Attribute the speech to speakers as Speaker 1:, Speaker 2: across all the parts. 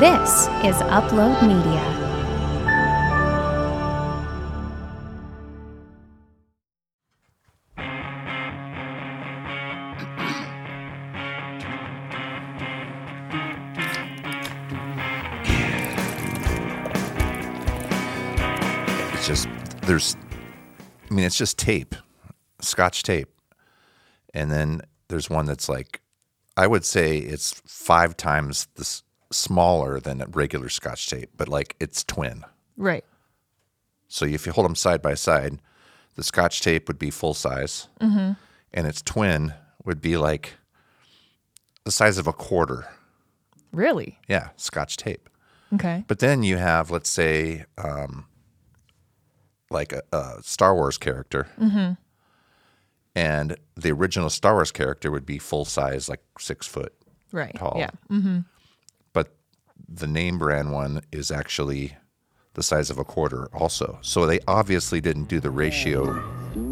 Speaker 1: This is Upload Media.
Speaker 2: It's just there's, I mean, it's just tape, Scotch tape, and then there's one that's like, I would say it's five times this smaller than a regular Scotch tape, but like it's twin.
Speaker 3: Right.
Speaker 2: So if you hold them side by side, the Scotch tape would be full size, and its twin would be like the size of a quarter.
Speaker 3: Really?
Speaker 2: Yeah, Scotch tape.
Speaker 3: Okay.
Speaker 2: But then you have, let's say, um, like a, a Star Wars character, and the original Star Wars character would be full size, like six foot
Speaker 3: Right.
Speaker 2: tall.
Speaker 3: Yeah.
Speaker 2: But the name brand one is actually the size of a quarter, also. So they obviously didn't do the ratio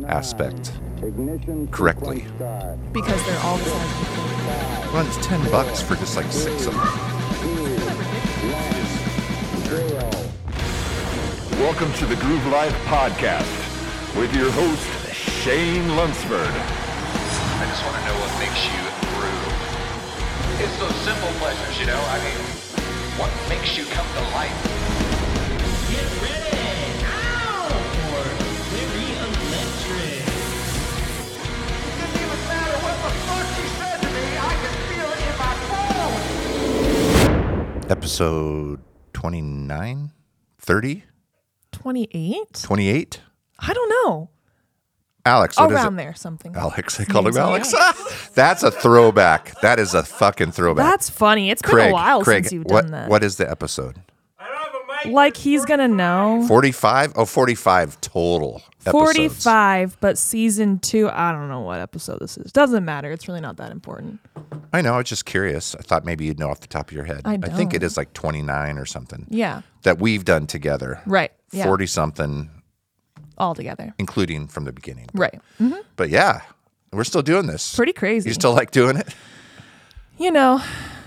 Speaker 2: aspect
Speaker 4: Ignition
Speaker 2: correctly.
Speaker 4: start.
Speaker 3: Because they're all the size.
Speaker 2: Well, it's ten bucks for just like six of them.
Speaker 5: Welcome to the Groove Life Podcast with your host, Shane Lunsford.
Speaker 6: I just want to know what makes you groove. It's those simple pleasures, you know. I mean, what makes you come to life?
Speaker 2: Episode 29, 30,
Speaker 3: 28?
Speaker 2: 28?
Speaker 3: I don't know.
Speaker 2: Alex, what is
Speaker 3: Around
Speaker 2: it?
Speaker 3: there, something.
Speaker 2: Alex. I called him
Speaker 3: Name's
Speaker 2: Alex. That's a throwback. That is a fucking throwback.
Speaker 3: That's funny. It's
Speaker 2: Craig.
Speaker 3: been a while
Speaker 2: Craig,
Speaker 3: since you've
Speaker 2: what,
Speaker 3: done that.
Speaker 2: What is the episode?
Speaker 3: like he's going to know.
Speaker 2: 45? Oh, 45 total episodes.
Speaker 3: 45, but season two, I don't know what episode this is. Doesn't matter. It's really not that important.
Speaker 2: I know. I was just curious. I thought maybe you'd know off the top of your head.
Speaker 3: I
Speaker 2: think it
Speaker 3: don't.
Speaker 2: is like 29 or something
Speaker 3: Yeah.
Speaker 2: that we've done together.
Speaker 3: Right. Yeah.
Speaker 2: 40 something,
Speaker 3: All together.
Speaker 2: including from the beginning.
Speaker 3: Right.
Speaker 2: But yeah, we're still doing this.
Speaker 3: Pretty crazy.
Speaker 2: You still like doing it?
Speaker 3: you know,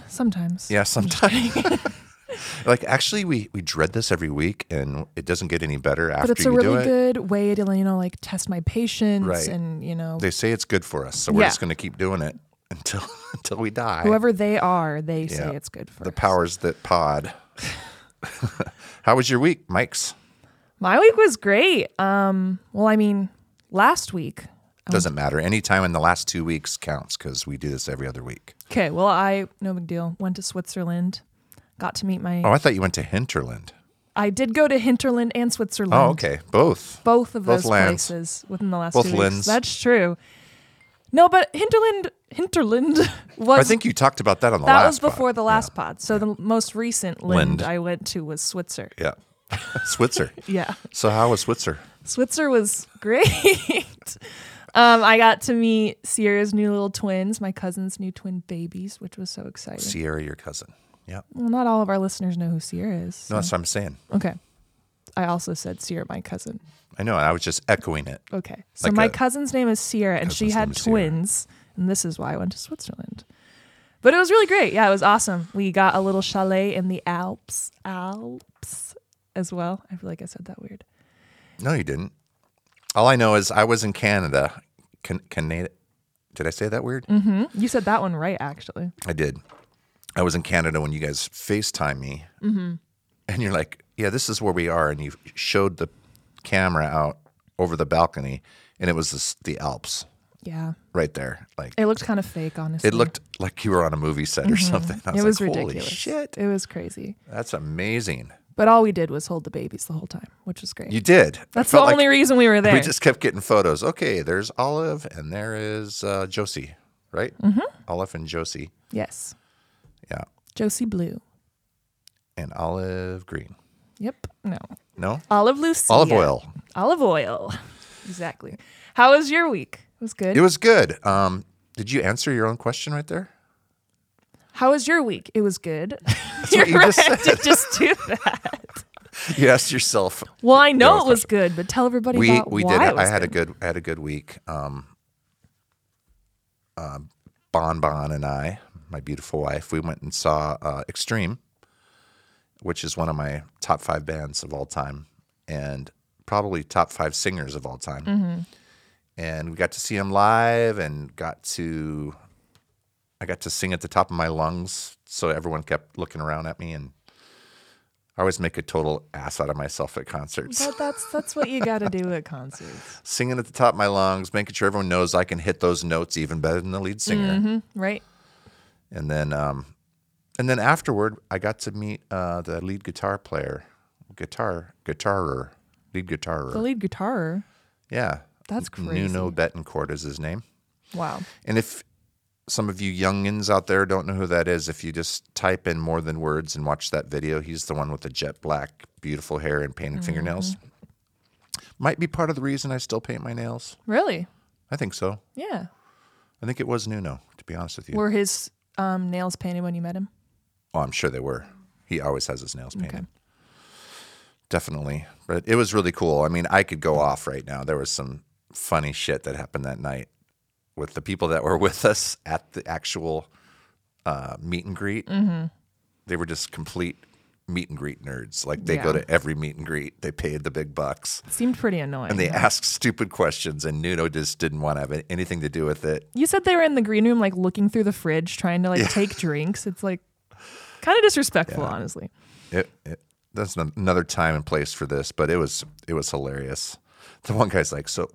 Speaker 3: sometimes.
Speaker 2: Yeah, sometimes. like actually, we we dread this every week, and it doesn't get any better after
Speaker 3: But it's a
Speaker 2: you do
Speaker 3: really
Speaker 2: it.
Speaker 3: good way to, you know, like test my patience
Speaker 2: Right.
Speaker 3: and, you know,
Speaker 2: they say it's good for us, so we're
Speaker 3: Yeah.
Speaker 2: just going to keep doing it until until we die.
Speaker 3: whoever they are, they say
Speaker 2: Yeah.
Speaker 3: it's good for
Speaker 2: the
Speaker 3: us.
Speaker 2: powers that pod. How was your week, Mike's?
Speaker 3: My week was great. Um, well, I mean, last week.
Speaker 2: Doesn't matter. Any time in the last two weeks counts because we do this every other week.
Speaker 3: Okay, well, I no big deal. Went to Switzerland. Got to meet my.
Speaker 2: Oh, I thought you went to Hinterland.
Speaker 3: I did go to Hinterland and Switzerland.
Speaker 2: Oh, okay, both.
Speaker 3: Both of
Speaker 2: Both
Speaker 3: those
Speaker 2: lands.
Speaker 3: places within the last
Speaker 2: Both
Speaker 3: two
Speaker 2: lands.
Speaker 3: weeks. That's true. No, but Hinterland, Hinterland was.
Speaker 2: I think you talked about that on the
Speaker 3: that
Speaker 2: last.
Speaker 3: was before
Speaker 2: pod.
Speaker 3: the last pod. So the most recent
Speaker 2: Land.
Speaker 3: land, I went to was Switzer.
Speaker 2: Yeah, Switzer.
Speaker 3: Yeah.
Speaker 2: So how was Switzer?
Speaker 3: Switzer was great. um, I got to meet Sierra's new little twins, my cousin's new twin babies, which was so exciting.
Speaker 2: Sierra, your cousin. Yeah.
Speaker 3: well, not all of our listeners know who Sierra is.
Speaker 2: No, that's what I'm saying.
Speaker 3: Okay. I also said Sierra, my cousin.
Speaker 2: I know. I was just echoing it.
Speaker 3: Okay. So
Speaker 2: Like
Speaker 3: my
Speaker 2: a-
Speaker 3: cousin's name is Sierra, and she
Speaker 2: cousin's
Speaker 3: had
Speaker 2: name is Sierra.
Speaker 3: twins, and this is why I went to Switzerland. But it was really great. Yeah, it was awesome. We got a little chalet in the Alps, Alps as well. I feel like I said that weird.
Speaker 2: No, you didn't. All I know is I was in Canada. Can, Canada. Did I say that weird?
Speaker 3: Mm-hmm. You said that one right, actually.
Speaker 2: I did. I was in Canada when you guys FaceTime me,
Speaker 3: Mm-hmm.
Speaker 2: and you're like, "Yeah, this is where we are," and you showed the camera out over the balcony, and it was this, the Alps
Speaker 3: Yeah.
Speaker 2: right there. Like it,
Speaker 3: It looked kind of fake, honestly.
Speaker 2: looked like you were on a movie set or something. I
Speaker 3: it was
Speaker 2: like, "Holy
Speaker 3: ridiculous.
Speaker 2: shit,
Speaker 3: It was crazy.
Speaker 2: that's amazing."
Speaker 3: But all we did was hold the babies the whole time, which was great.
Speaker 2: You did. I
Speaker 3: That's the
Speaker 2: felt like
Speaker 3: only reason we were there.
Speaker 2: We just kept getting photos. Okay, there's Olive and there is uh, Josie, right? Mm-hmm. Olive and Josie.
Speaker 3: yes.
Speaker 2: Yeah.
Speaker 3: Josie Blue.
Speaker 2: And Olive Green.
Speaker 3: Yep. No.
Speaker 2: No?
Speaker 3: Olive Lucia.
Speaker 2: Olive oil.
Speaker 3: Olive oil. exactly. How was your week? It was good.
Speaker 2: It was good. Um, did you answer your own question right there?
Speaker 3: How was your week? It was good. You're
Speaker 2: what you just
Speaker 3: right to just do that.
Speaker 2: You asked yourself.
Speaker 3: Well, I know
Speaker 2: was
Speaker 3: it was good, but tell everybody
Speaker 2: We
Speaker 3: about
Speaker 2: we
Speaker 3: why
Speaker 2: did.
Speaker 3: it
Speaker 2: I
Speaker 3: was
Speaker 2: had a
Speaker 3: good.
Speaker 2: good I had a good week. Um, uh, Bon Bon and I, my beautiful wife, we went and saw uh, Extreme which is one of my top five bands of all time and probably top five singers of all time. And we got to see him live and got to, I got to sing at the top of my lungs. So everyone kept looking around at me and I always make a total ass out of myself at concerts.
Speaker 3: But that's that's what you got to do at concerts,
Speaker 2: Singing at the top of my lungs, making sure everyone knows I can hit those notes even better than the lead singer.
Speaker 3: right?
Speaker 2: and then um, and then afterward, I got to meet uh, the lead guitar player, guitar guitarer, lead guitarer.
Speaker 3: The lead guitar.
Speaker 2: yeah,
Speaker 3: That's
Speaker 2: Nuno Betancourt is his name.
Speaker 3: Wow.
Speaker 2: And if some of you youngins out there don't know who that is, if you just type in more than words and watch that video, he's the one with the jet black, beautiful hair and painted fingernails. Might be part of the reason I still paint my nails.
Speaker 3: Really?
Speaker 2: I think so.
Speaker 3: Yeah.
Speaker 2: I think it was Nuno, to be honest with you.
Speaker 3: Were his um, nails painted when you met him?
Speaker 2: Oh, I'm sure they were. He always has his nails painted. Definitely. But it was really cool. I mean, I could go off right now. There was some funny shit that happened that night with the people that were with us at the actual uh, meet and greet.
Speaker 3: Mm-hmm.
Speaker 2: They were just complete meet and greet nerds. Like they go
Speaker 3: Yeah.
Speaker 2: to every meet and greet, they paid the big bucks.
Speaker 3: Seemed pretty annoying.
Speaker 2: And they asked stupid questions, and Nuno just didn't want to have anything to do with it.
Speaker 3: you said they were in the green room, like looking through the fridge, trying to like take drinks. It's like kind of disrespectful, honestly.
Speaker 2: It, it that's an- another time and place for this, but it was it was hilarious. The one guy's like, "So,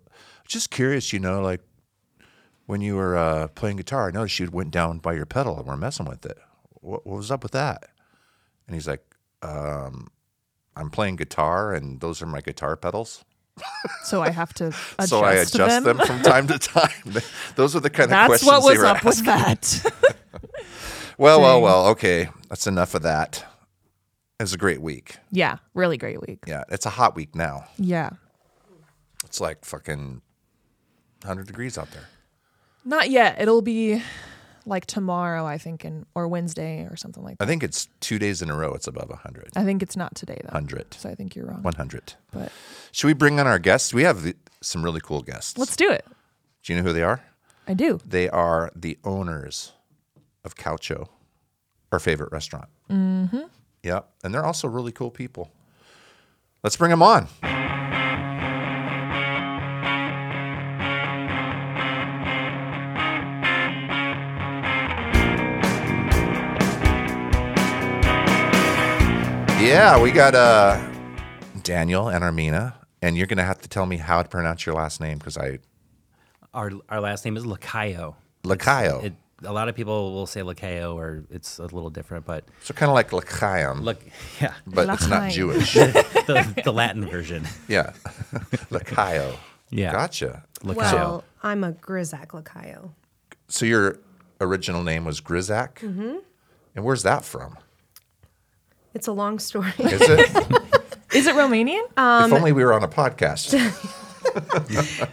Speaker 2: just curious, you know, like when you were uh, playing guitar, I noticed you went down by your pedal and were messing with it. What, what was up with that?" And he's like, um, "I'm playing guitar, and those are my guitar pedals."
Speaker 3: So I have to adjust,
Speaker 2: so I adjust them. from time to time. Those are the kind of
Speaker 3: That's
Speaker 2: questions
Speaker 3: what
Speaker 2: they
Speaker 3: was
Speaker 2: were
Speaker 3: up
Speaker 2: asking.
Speaker 3: with that.
Speaker 2: Well, well, well. Okay, that's enough of that. It was a great week.
Speaker 3: yeah, really great week.
Speaker 2: Yeah, it's a hot week now.
Speaker 3: Yeah.
Speaker 2: It's like fucking 100 degrees out there.
Speaker 3: Not yet. It'll be like tomorrow, I think, and or Wednesday or something like
Speaker 2: I
Speaker 3: that.
Speaker 2: think it's two days in a row. It's above 100.
Speaker 3: I think it's not today though.
Speaker 2: 100.
Speaker 3: So I think you're wrong.
Speaker 2: 100.
Speaker 3: But
Speaker 2: Should we bring on our guests? We have the- some really cool guests.
Speaker 3: let's do it.
Speaker 2: do you know who they are?
Speaker 3: I do.
Speaker 2: They are the owners of Caucho, our favorite restaurant. Mm-hmm. Yep. And they're also really cool people. Let's bring them on. Yeah, we got uh, Daniel and Armina, and you're gonna have to tell me how to pronounce your last name because I
Speaker 4: Our our last name is Lacayo.
Speaker 2: Lacayo.
Speaker 4: It, a lot of people will say Lacayo, or it's a little different, but
Speaker 2: So kind of like Lachaim,
Speaker 4: look, yeah,
Speaker 2: but it's not
Speaker 3: Lachaim.
Speaker 2: Jewish.
Speaker 4: the, the Latin version.
Speaker 2: yeah, Lachaio.
Speaker 4: Yeah.
Speaker 2: gotcha.
Speaker 4: Lacayo.
Speaker 7: Well, I'm a Grizzak Lacayo.
Speaker 2: So your original name was Grizzak, mm-hmm. and where's that from?
Speaker 7: It's a long story.
Speaker 2: Is it?
Speaker 3: Is it Romanian?
Speaker 2: if only we were on a podcast.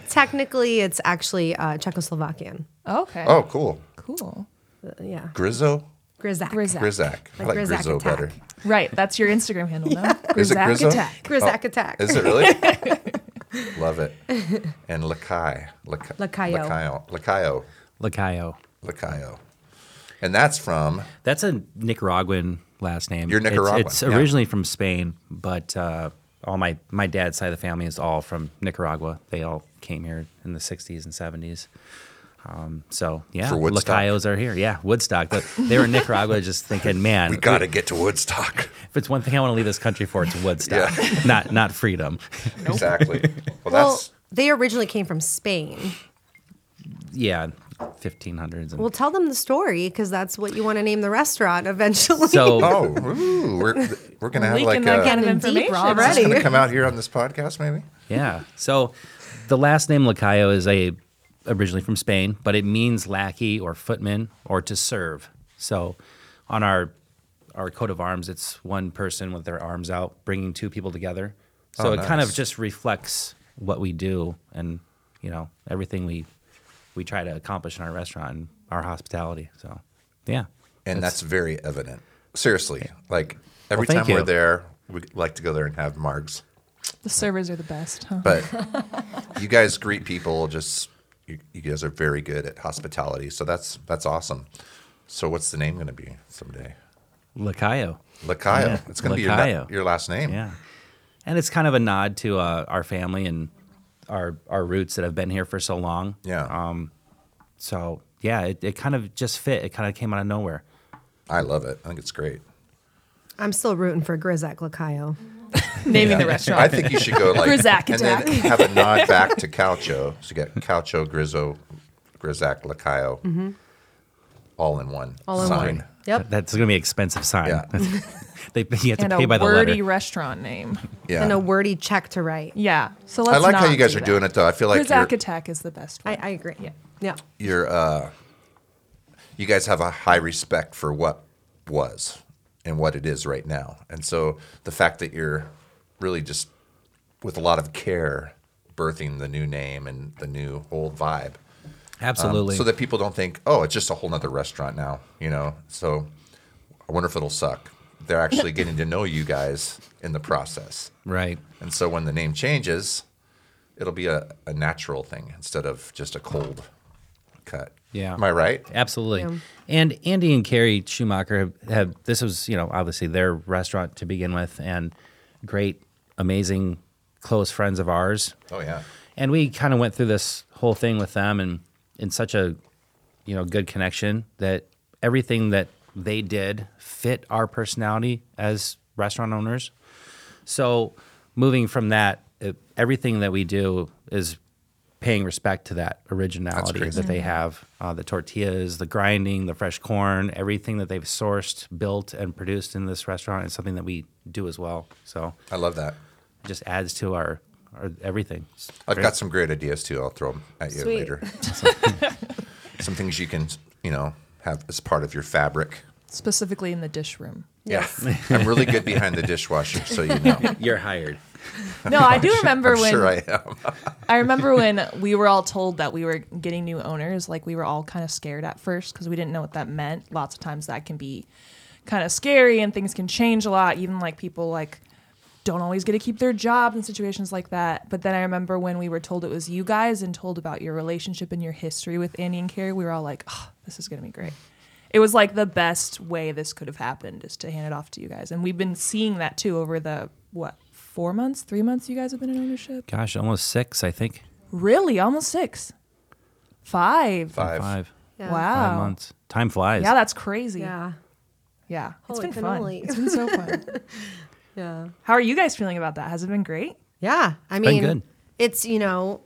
Speaker 7: Technically, it's actually uh, Czechoslovakian.
Speaker 3: okay.
Speaker 2: Oh, cool.
Speaker 3: Cool.
Speaker 7: Uh, yeah,
Speaker 2: Grizzo,
Speaker 7: Grizzak.
Speaker 3: Grizzak.
Speaker 2: Grizzak. I
Speaker 7: Like
Speaker 2: like
Speaker 7: Grizzak
Speaker 2: Grizzo
Speaker 7: attack.
Speaker 2: better.
Speaker 3: Right. That's your Instagram handle now.
Speaker 2: Is it
Speaker 3: Grizzak
Speaker 2: Grizzo?
Speaker 3: Attack.
Speaker 7: Grizzak attack.
Speaker 2: Oh, Is it really? Love it. And Lakai, Lac-
Speaker 7: Lacayo.
Speaker 2: Lacayo, Lacayo,
Speaker 4: Lacayo.
Speaker 2: Lacayo, and that's from
Speaker 4: That's a Nicaraguan last name.
Speaker 2: You're
Speaker 4: It's-
Speaker 2: Nicaraguan,
Speaker 4: It's,
Speaker 2: yeah.
Speaker 4: originally from Spain, but uh, all my my dad's side of the family is all from Nicaragua. They all came here in the '60s and '70s. Um, so yeah,
Speaker 2: For Woodstock.
Speaker 4: Lacayos are here. Yeah, Woodstock. But they were in Nicaragua, just thinking, man,
Speaker 2: We Got to Get to Woodstock.
Speaker 4: If it's one thing I want to leave this country for, it's Woodstock, not not freedom.
Speaker 2: Exactly. Well,
Speaker 7: Well,
Speaker 2: that's
Speaker 7: they originally came from Spain.
Speaker 4: Yeah, 1500s. And
Speaker 7: Well, tell them the story because that's what you want to name the restaurant eventually.
Speaker 4: so
Speaker 2: Oh, ooh, we're we're gonna have like
Speaker 3: Leaking
Speaker 2: a,
Speaker 3: that kind of
Speaker 7: Getting deep,
Speaker 3: information.
Speaker 7: Rob.
Speaker 2: Is this
Speaker 7: Already.
Speaker 2: gonna come out here on this podcast, maybe.
Speaker 4: yeah, so the last name Lacayo is a originally from Spain, but it means lackey or footman or to serve. So on our our coat of arms, it's one person with their arms out, bringing two people together. So
Speaker 2: Oh,
Speaker 4: it kind of
Speaker 2: nice.
Speaker 4: just reflects what we do and you know everything we we try to accomplish in our restaurant and our hospitality. So yeah,
Speaker 2: And that's, very evident. Seriously, like every
Speaker 4: thank
Speaker 2: time we're
Speaker 4: you.
Speaker 2: there, we like to go there and have margs.
Speaker 3: The servers are the best, huh?
Speaker 2: But you guys greet people. Just you, you guys are very good at hospitality, so that's that's awesome. So what's the name gonna be someday?
Speaker 4: Lacayo.
Speaker 2: Lacayo.
Speaker 4: Yeah,
Speaker 2: It's going to be your, la-
Speaker 4: Lacayo.
Speaker 2: your last name.
Speaker 4: Yeah. And it's kind of a nod to uh, our family and our our roots that have been here for so long.
Speaker 2: Yeah.
Speaker 4: Um, so yeah, it, it kind of just fit. It kind of came out of nowhere.
Speaker 2: I love it. I think it's great.
Speaker 7: I'm still rooting for Grizzak Lacayo.
Speaker 3: Naming the restaurant.
Speaker 2: I think you should go like
Speaker 3: Grizzak
Speaker 2: and then have
Speaker 3: attack.
Speaker 2: a nod back to Calcho. So you get Calcho, Grizzo, Grizzak, Lacayo,
Speaker 3: Mm-hmm.
Speaker 2: all in one
Speaker 7: All in
Speaker 2: sign.
Speaker 7: one. Yep.
Speaker 4: That's going to be an expensive sign.
Speaker 2: Yeah.
Speaker 4: they, you have to
Speaker 3: and
Speaker 4: pay
Speaker 3: a
Speaker 4: by the
Speaker 3: wordy
Speaker 4: letter.
Speaker 3: restaurant name.
Speaker 2: Yeah.
Speaker 7: And a wordy check to write.
Speaker 3: Yeah. So let's
Speaker 2: I like how
Speaker 3: not
Speaker 2: you guys
Speaker 3: do
Speaker 2: are
Speaker 3: that.
Speaker 2: doing it though. I feel like
Speaker 3: Grizzack
Speaker 2: you're,
Speaker 3: attack is the best
Speaker 7: I,
Speaker 3: one.
Speaker 7: I agree.
Speaker 3: Yeah.
Speaker 7: Yeah.
Speaker 2: you're uh, you guys have a high respect for what was and what it is right now. And so the fact that you're really just with a lot of care birthing the new name and the new old vibe.
Speaker 4: Absolutely.
Speaker 2: Um, So that people don't think, oh, it's just a whole nother restaurant now, you know? So I wonder if it'll suck. They're actually getting to know you guys in the process.
Speaker 4: right.
Speaker 2: And so when the name changes, it'll be a, a natural thing instead of just a cold cut.
Speaker 4: Yeah.
Speaker 2: Am I right?
Speaker 4: Absolutely.
Speaker 7: Yeah.
Speaker 4: And Andy and Carrie Schumacher have, have this was, you know, obviously their restaurant to begin with and great, amazing, close friends of ours.
Speaker 2: Oh, yeah.
Speaker 4: And we kind of went through this whole thing with them and in such a, you know, good connection that everything that they did fit our personality as restaurant owners. So moving from that, it, everything that we do is paying respect to that originality
Speaker 2: crazy.
Speaker 4: that they have. Uh, the tortillas, the grinding, the fresh corn, everything that they've sourced, built, and produced in this restaurant is something that we do as well. So
Speaker 2: I love that.
Speaker 4: it just adds to our, our everything. It's
Speaker 2: I've
Speaker 4: great.
Speaker 2: got some great ideas too. I'll throw them at you
Speaker 7: Sweet.
Speaker 2: later. some things you can, you know, have as part of your fabric.
Speaker 3: Specifically in the dish room.
Speaker 2: Yeah. I'm really good behind the dishwasher, so you know.
Speaker 4: You're hired.
Speaker 3: No, I do remember
Speaker 2: I'm
Speaker 3: when
Speaker 2: sure I am.
Speaker 3: I remember when we were all told that we were getting new owners, like we were all kind of scared at first because we didn't know what that meant. Lots of times that can be kind of scary and things can change a lot. Even like people like don't always get to keep their job in situations like that. But then I remember when we were told it was you guys and told about your relationship and your history with Andy and Carrie, we were all like, oh, this is going to be great. It was like the best way this could have happened is to hand it off to you guys. And we've been seeing that too over the, what, four months, three months you guys have been in ownership?
Speaker 4: Gosh, almost six, I think.
Speaker 3: Really? Almost six? Five.
Speaker 2: Five.
Speaker 4: Five.
Speaker 7: Yeah.
Speaker 3: Wow.
Speaker 4: Five months. Time flies.
Speaker 3: Yeah, that's crazy.
Speaker 7: Yeah.
Speaker 3: Yeah.
Speaker 7: Holy
Speaker 3: it's been fun.
Speaker 7: cannoli.
Speaker 3: It's been so fun.
Speaker 7: Yeah.
Speaker 3: How are you guys feeling about that? Has it been great?
Speaker 7: Yeah. I
Speaker 4: been
Speaker 7: mean,
Speaker 4: good.
Speaker 7: it's, you know,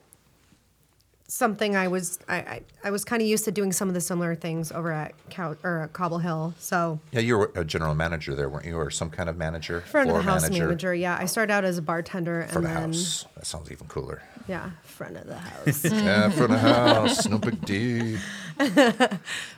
Speaker 7: something I was, I, I, I was kind of used to doing some of the similar things over at Cow or at Cobble Hill. So
Speaker 2: Yeah, you were a general manager there, weren't you, or some kind of manager?
Speaker 7: front of the house manager. Yeah. I started out as a bartender
Speaker 2: Front
Speaker 7: and
Speaker 2: of
Speaker 7: then,
Speaker 2: house. That sounds even cooler.
Speaker 7: yeah, front of the house.
Speaker 2: yeah, front of house. No big deal.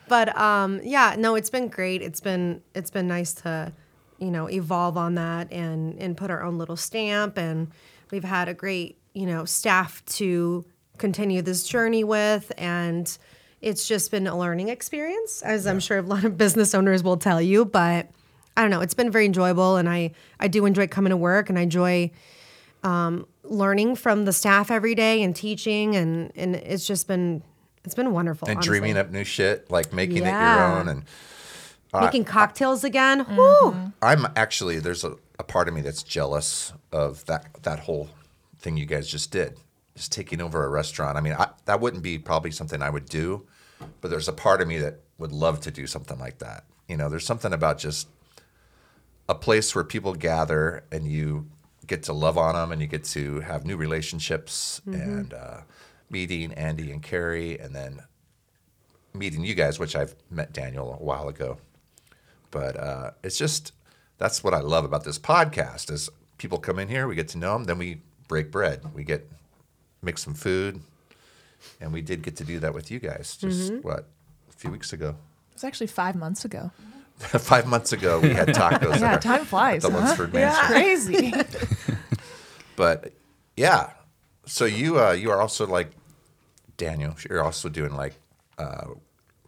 Speaker 7: but um yeah no it's been great it's been it's been nice to you know evolve on that and and put our own little stamp and we've had a great you know staff to continue this journey with and it's just been a learning experience as i'm sure a lot of business owners will tell you but i don't know it's been very enjoyable and i i do enjoy coming to work and i enjoy um, learning from the staff every day and teaching and and it's just been it's been wonderful
Speaker 2: And
Speaker 7: honestly
Speaker 2: dreaming up new shit, like making
Speaker 7: Yeah.
Speaker 2: it your own. And
Speaker 7: making cocktails again.
Speaker 4: Mm-hmm.
Speaker 7: Woo!
Speaker 2: I'm actually there's a, a part of me that's jealous of that that whole thing you guys just did, just taking over a restaurant. I mean, I, that wouldn't be probably something I would do, but there's a part of me that would love to do something like that. You know, there's something about just a place where people gather and you get to love on them and you get to have new relationships and uh, meeting Andy and Carrie and then meeting you guys, which I've met Daniel a while ago. But uh, it's just that's what I love about this podcast is people come in here, we get to know them, then we break bread, we get make some food, and we did get to do that with you guys just
Speaker 3: Mm-hmm.
Speaker 2: what a few weeks ago,
Speaker 3: It was actually five months ago.
Speaker 2: five months ago. We had tacos.
Speaker 3: Yeah,
Speaker 2: at our-
Speaker 3: time flies.
Speaker 2: at the
Speaker 3: huh?
Speaker 2: Lunsford
Speaker 3: Yeah.
Speaker 2: Mansion.
Speaker 3: Crazy.
Speaker 2: But yeah, so you uh, you are also like Daniel. You're also doing like uh,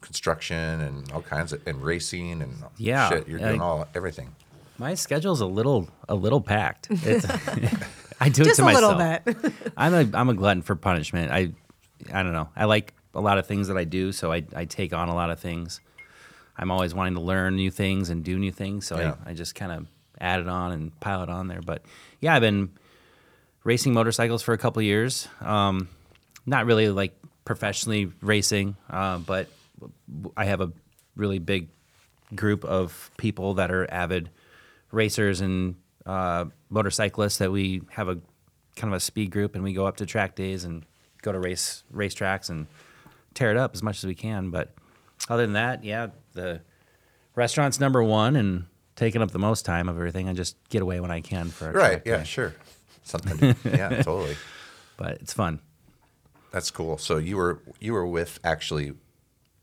Speaker 2: construction and all kinds of and racing and
Speaker 4: Yeah,
Speaker 2: shit. You're
Speaker 4: yeah.
Speaker 2: doing all everything.
Speaker 4: My schedule's a little a little packed. It's, I do it
Speaker 7: Just
Speaker 4: to
Speaker 7: a
Speaker 4: myself.
Speaker 7: little bit.
Speaker 4: I'm a I'm a glutton for punishment. I I don't know. I like a lot of things that I do, so I I take on a lot of things. I'm always wanting to learn new things and do new things. So
Speaker 2: Yeah.
Speaker 4: I, I just kind of add it on and pile it on there. But yeah, I've been racing motorcycles for a couple of years. Um, not really like professionally racing, uh, but I have a really big group of people that are avid racers and uh, motorcyclists that we have a kind of a speed group and we go up to track days and go to race racetracks and tear it up as much as we can. But other than that, yeah, the restaurant's number one and taking up the most time of everything. I just get away when I can for a
Speaker 2: Right.
Speaker 4: track
Speaker 2: Yeah,
Speaker 4: day.
Speaker 2: sure. Something. yeah, totally.
Speaker 4: but it's fun.
Speaker 2: That's cool. So you were you were with actually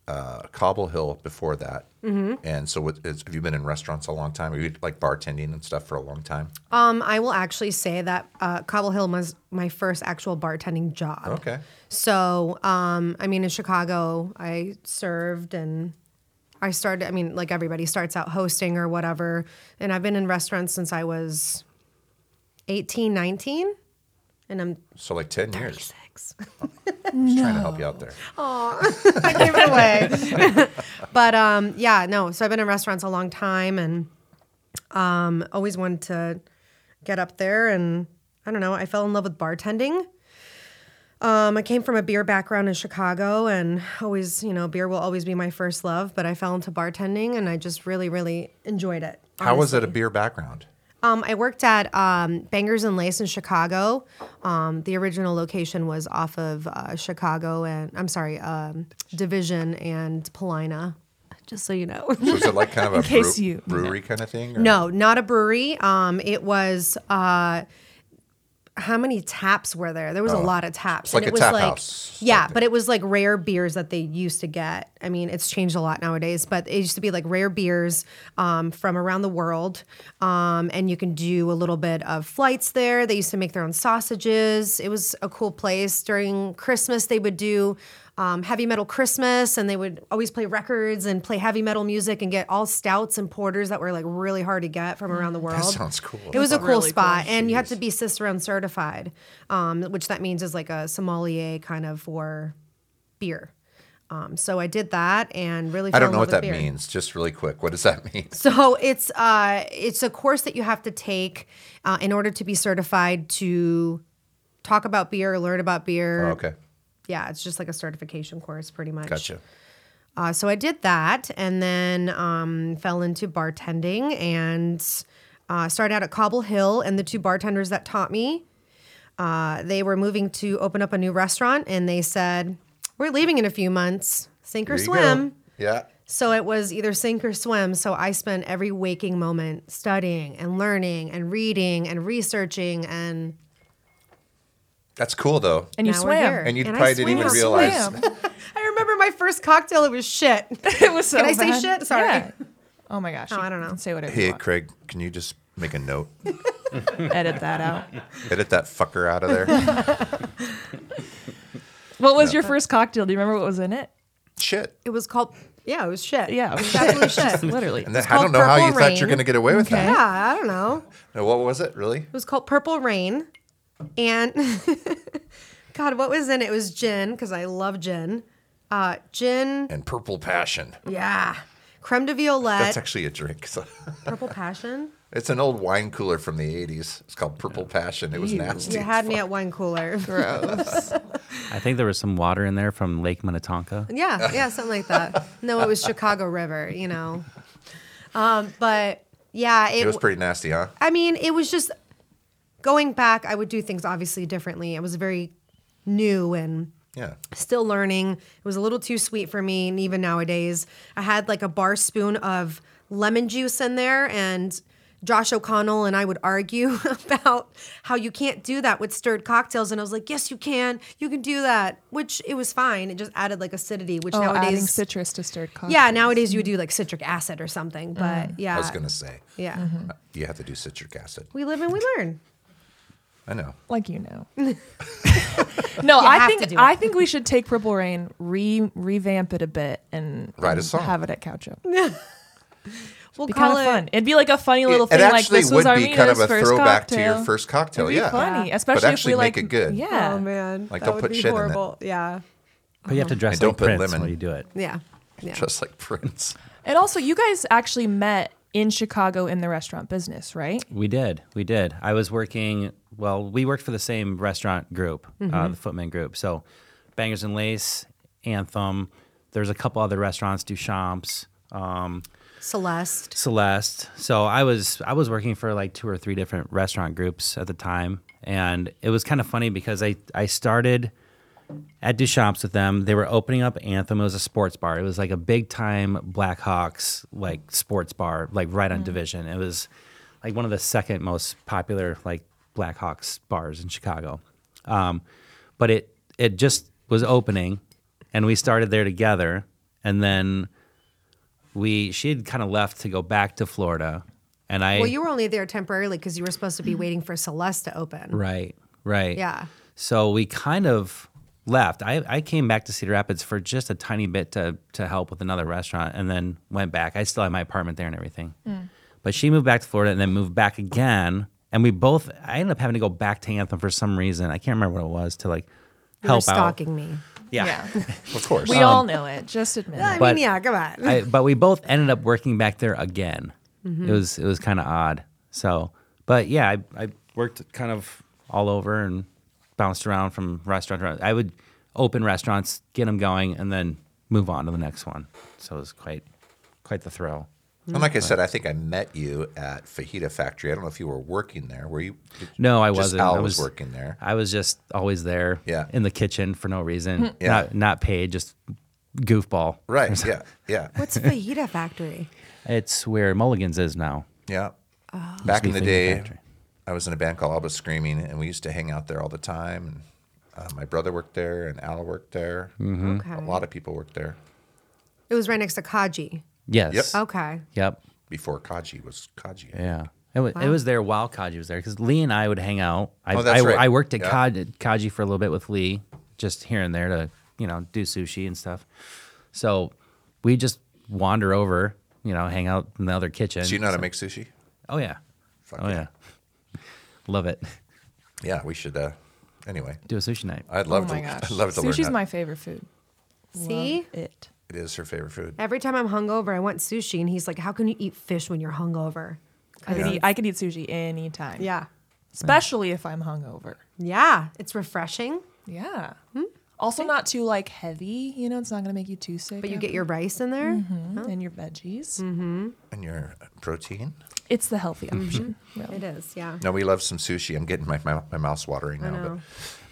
Speaker 2: uh, Cobble Hill before that, mm-hmm. and so what, is, have you been in restaurants a long time? Are you like bartending and stuff for a long time?
Speaker 7: Um, I will actually say that uh, Cobble Hill was my first actual bartending job.
Speaker 2: Okay.
Speaker 7: So, um, I mean, in Chicago, I served and I started, I mean, like everybody starts out hosting or whatever. And I've been in restaurants since I was 18, 19. And I'm
Speaker 2: So like ten years. Just
Speaker 7: six.
Speaker 2: trying to help you out there.
Speaker 7: I gave it away. but um, yeah, no. So I've been in restaurants a long time and um, always wanted to get up there. And I don't know, I fell in love with bartending. Um, I came from a beer background in Chicago and always, you know, beer will always be my first love, but I fell into bartending and I just really, really enjoyed it.
Speaker 2: How was it a beer background?
Speaker 7: Um, I worked at um, Bangers and Lace in Chicago. Um, the original location was off of uh, Chicago and I'm sorry, um, Division and Polina. Just so you know.
Speaker 2: So is it like kind of a
Speaker 3: case
Speaker 2: brew-
Speaker 3: you-
Speaker 2: brewery kind of thing? or-
Speaker 7: no, not a brewery. Um, it was. Uh, how many taps were there? There was a lot of taps.
Speaker 2: Oh, like a
Speaker 7: and it was
Speaker 2: tap
Speaker 7: like,
Speaker 2: house
Speaker 7: Yeah, but it was like rare beers that they used to get. I mean, it's changed a lot nowadays, but it used to be like rare beers um, from around the world. Um, and you can do a little bit of flights there. They used to make their own sausages. It was a cool place. During Christmas, they would do um, heavy metal Christmas, and they would always play records and play heavy metal music and get all stouts and porters that were like really hard to get from around the world.
Speaker 2: sounds cool.
Speaker 7: It was a cool
Speaker 3: Really cool.
Speaker 7: spot, and you have to be Cicerone certified, um, which that means is like a sommelier kind of for beer. Um, so I did that and really.
Speaker 2: I
Speaker 7: fell
Speaker 2: don't
Speaker 7: in
Speaker 2: know
Speaker 7: love
Speaker 2: what that
Speaker 7: with beer.
Speaker 2: means. Just really quick, what does that mean?
Speaker 7: So it's uh, it's a course that you have to take uh, in order to be certified to talk about beer, learn about beer.
Speaker 2: Oh, okay,
Speaker 7: Yeah, it's just like a certification course, pretty much.
Speaker 2: gotcha.
Speaker 7: Uh, so I did that and then um, fell into bartending and uh, started out at Cobble Hill. And the two bartenders that taught me, uh, they were moving to open up a new restaurant and they said, We're leaving in a few months, sink or
Speaker 2: There you go.
Speaker 7: swim.
Speaker 2: Yeah.
Speaker 7: So it was either sink or swim. So I spent every waking moment studying and learning and reading and researching and
Speaker 2: That's cool though.
Speaker 3: And you
Speaker 7: now we're
Speaker 3: swam.
Speaker 7: here.
Speaker 2: And you
Speaker 7: And I
Speaker 2: probably didn't
Speaker 7: swam.
Speaker 2: even
Speaker 3: I
Speaker 2: realize.
Speaker 3: swam.
Speaker 7: I remember my first cocktail, it was shit.
Speaker 3: it was so
Speaker 7: Can I say
Speaker 3: bad.
Speaker 7: shit? Sorry.
Speaker 3: Yeah. Oh my gosh.
Speaker 7: I don't know.
Speaker 3: Say whatever you
Speaker 2: Hey,
Speaker 3: want.
Speaker 2: Craig, can you just make a note?
Speaker 3: Edit that out.
Speaker 2: Edit that fucker out of there.
Speaker 3: What was your first cocktail? Do you remember what was in it?
Speaker 2: Shit.
Speaker 7: It was called, yeah, it was shit.
Speaker 3: Yeah, it was
Speaker 7: absolutely shit.
Speaker 3: Literally.
Speaker 2: And then, I don't
Speaker 7: called
Speaker 2: know how you
Speaker 7: Purple
Speaker 2: thought you're
Speaker 7: Rain.
Speaker 2: going to get away with that.
Speaker 7: Yeah, I don't know.
Speaker 2: No, what was it really?
Speaker 7: It was called Purple Rain. And God, what was in it? It was gin, because I love gin. Uh, gin,
Speaker 2: And Purple Passion.
Speaker 7: yeah. Creme de
Speaker 2: That's
Speaker 7: Violette,
Speaker 2: actually a drink. So-
Speaker 7: Purple Passion.
Speaker 2: it's an old wine cooler from the 80s. It's called Purple Passion. It was nasty.
Speaker 7: You had me at wine cooler.
Speaker 3: Gross.
Speaker 4: I think there was some water in there from Lake Minnetonka.
Speaker 7: Yeah, yeah, something like that. No, it was Chicago River, you know. Um, but yeah, it,
Speaker 2: It was pretty nasty, huh?
Speaker 7: I mean, it was just going back, I would do things obviously differently. I was very new and
Speaker 2: Yeah.
Speaker 7: still learning. It was a little too sweet for me, and even nowadays, I had like a bar spoon of lemon juice in there, and Josh O'Connell and I would argue about how you can't do that with stirred cocktails, and I was like, "Yes, you can. You can do that," which it was fine. It just added like acidity, which
Speaker 3: oh, adding Mm-hmm.
Speaker 7: nowadays,
Speaker 3: citrus to stirred coffee.
Speaker 7: yeah, nowadays you do like citric acid or something, but
Speaker 3: Mm.
Speaker 7: yeah, Mm-hmm.
Speaker 2: I was going to say,
Speaker 7: yeah,
Speaker 3: Mm-hmm.
Speaker 2: uh, you have to do citric acid.
Speaker 7: we live and we learn.
Speaker 2: I know.
Speaker 3: Like you know. no,
Speaker 7: have
Speaker 3: I
Speaker 7: to do
Speaker 3: think
Speaker 7: it.
Speaker 3: I think we should take Purple Rain, re revamp it a bit, and
Speaker 2: Write a
Speaker 3: and
Speaker 2: song.
Speaker 3: Have it at Coucho.
Speaker 7: We'll
Speaker 3: be
Speaker 7: call
Speaker 3: kind
Speaker 7: it
Speaker 3: of fun. It'd be like a funny little
Speaker 2: it
Speaker 3: thing. like
Speaker 2: actually
Speaker 3: this
Speaker 2: would
Speaker 3: was our
Speaker 2: be kind of a
Speaker 3: first
Speaker 2: throwback to
Speaker 3: cocktail.
Speaker 2: your first cocktail.
Speaker 3: It'd be
Speaker 2: yeah.
Speaker 3: funny,
Speaker 7: Yeah.
Speaker 3: especially
Speaker 2: actually
Speaker 3: if we
Speaker 2: make
Speaker 3: like
Speaker 2: it good.
Speaker 3: Yeah.
Speaker 7: Oh man,
Speaker 2: Like,
Speaker 7: that
Speaker 2: don't
Speaker 7: would
Speaker 2: put
Speaker 7: be
Speaker 2: shit in it.
Speaker 7: horrible. Yeah,
Speaker 4: But you have to dress
Speaker 2: And
Speaker 4: like
Speaker 2: don't put
Speaker 4: Prince
Speaker 2: lemon.
Speaker 4: while you do it.
Speaker 7: yeah, yeah.
Speaker 2: Just like Prince.
Speaker 3: And also, you guys actually met in Chicago in the restaurant business, right?
Speaker 4: We did. We did. I was working, well, we worked for the same restaurant group, uh, the Footman Group. So Bangers and Lace, Anthem, there's a couple other restaurants, Duchamp's, um,
Speaker 7: Celeste.
Speaker 4: Celeste. So I was I was working for like two or three different restaurant groups at the time, and it was kind of funny because I I started at Duchamp's with them. They were opening up Anthem. It was a sports bar. It was like a big time Blackhawks like sports bar, like right on Division. It was like one of the second most popular like Blackhawks bars in Chicago. Um, but it it just was opening, and we started there together, and then we she had kind of left to go back to Florida, and I
Speaker 7: Well, you were only there temporarily because you were supposed to be waiting for Celeste to open.
Speaker 4: right right
Speaker 7: Yeah.
Speaker 4: So we kind of left. I, I came back to Cedar Rapids for just a tiny bit to to help with another restaurant, and then went back. I still had my apartment there and everything.
Speaker 7: Mm.
Speaker 4: But she moved back to Florida and then moved back again. And we both, I ended up having to go back to Anthem for some reason. I can't remember what it was to like
Speaker 7: You were
Speaker 4: help out.
Speaker 7: stalking me.
Speaker 4: Yeah.
Speaker 2: Of course.
Speaker 3: We all know it. Just admit
Speaker 7: I
Speaker 3: it.
Speaker 4: But-
Speaker 7: mean, yeah, come on.
Speaker 4: I, but we both ended up working back there again. It was it was kind of odd. So, but yeah, I, I worked kind of all over and bounced around from restaurant to restaurant. I would open restaurants, get them going, and then move on to the next one. So it was quite quite the thrill.
Speaker 2: And like I
Speaker 4: Mm.
Speaker 2: said, I think I met you at Fajita Factory. I don't know if you were working there. Were you? did-
Speaker 4: No, I
Speaker 2: just
Speaker 4: wasn't.
Speaker 2: Al
Speaker 4: I
Speaker 2: was,
Speaker 4: was
Speaker 2: working there.
Speaker 4: I was just always there,
Speaker 2: Yeah.
Speaker 4: in the kitchen for no reason,
Speaker 2: Yeah.
Speaker 4: not not paid, just goofball.
Speaker 2: Right. Yeah. Yeah.
Speaker 7: What's Fajita Factory?
Speaker 4: It's where Mulligan's is now.
Speaker 2: Yeah.
Speaker 3: Oh.
Speaker 2: Back
Speaker 4: be
Speaker 2: in the
Speaker 4: Fajita
Speaker 2: day,
Speaker 4: Factory.
Speaker 2: I was in a band called Alba Screaming, and we used to hang out there all the time. And uh, my brother worked there, and Al worked there.
Speaker 4: Mm-hmm.
Speaker 7: Okay.
Speaker 2: A lot of people worked there
Speaker 7: It was right next to Kaji.
Speaker 4: Yes.
Speaker 7: Okay.
Speaker 4: Yep.
Speaker 2: before Kaji was Kaji.
Speaker 4: Yeah. It was, it was there while Kaji was there because Lee and I would hang out. I,
Speaker 2: Oh, that's
Speaker 4: I,
Speaker 2: right.
Speaker 4: I worked at
Speaker 2: Yeah.
Speaker 4: Kaji, Kaji for a little bit with Lee, just here and there to, you know, do sushi and stuff. So we just wander over, you know, hang out in the other kitchen.
Speaker 2: Do you know how to make sushi?
Speaker 4: oh, yeah.
Speaker 2: Fuck
Speaker 4: Oh, yeah. Love it.
Speaker 2: Yeah. We should. Uh, anyway,
Speaker 4: Do a sushi night.
Speaker 2: I'd
Speaker 3: Oh
Speaker 2: love
Speaker 3: my
Speaker 2: to.
Speaker 3: gosh.
Speaker 2: I'd love to
Speaker 3: Sushi's
Speaker 2: learn. that.
Speaker 3: my favorite food.
Speaker 7: See?
Speaker 3: Love it.
Speaker 2: It is her favorite food.
Speaker 7: Every time I'm hungover, I want sushi, and he's like, "How can you eat fish when you're hungover?"
Speaker 3: I could, eat, I could eat sushi anytime.
Speaker 7: Yeah,
Speaker 3: Especially if I'm hungover.
Speaker 7: yeah, it's refreshing,
Speaker 3: Yeah.
Speaker 7: Hmm?
Speaker 3: Also, not too like heavy. You know, it's not gonna make you too sick.
Speaker 7: but you get Hmm. your rice in there.
Speaker 3: after- and your veggies.
Speaker 2: And your protein.
Speaker 3: It's the healthy option. really.
Speaker 7: Mm-hmm. It is, yeah.
Speaker 2: No, we love some sushi. I'm getting my, my, my mouth's watering now.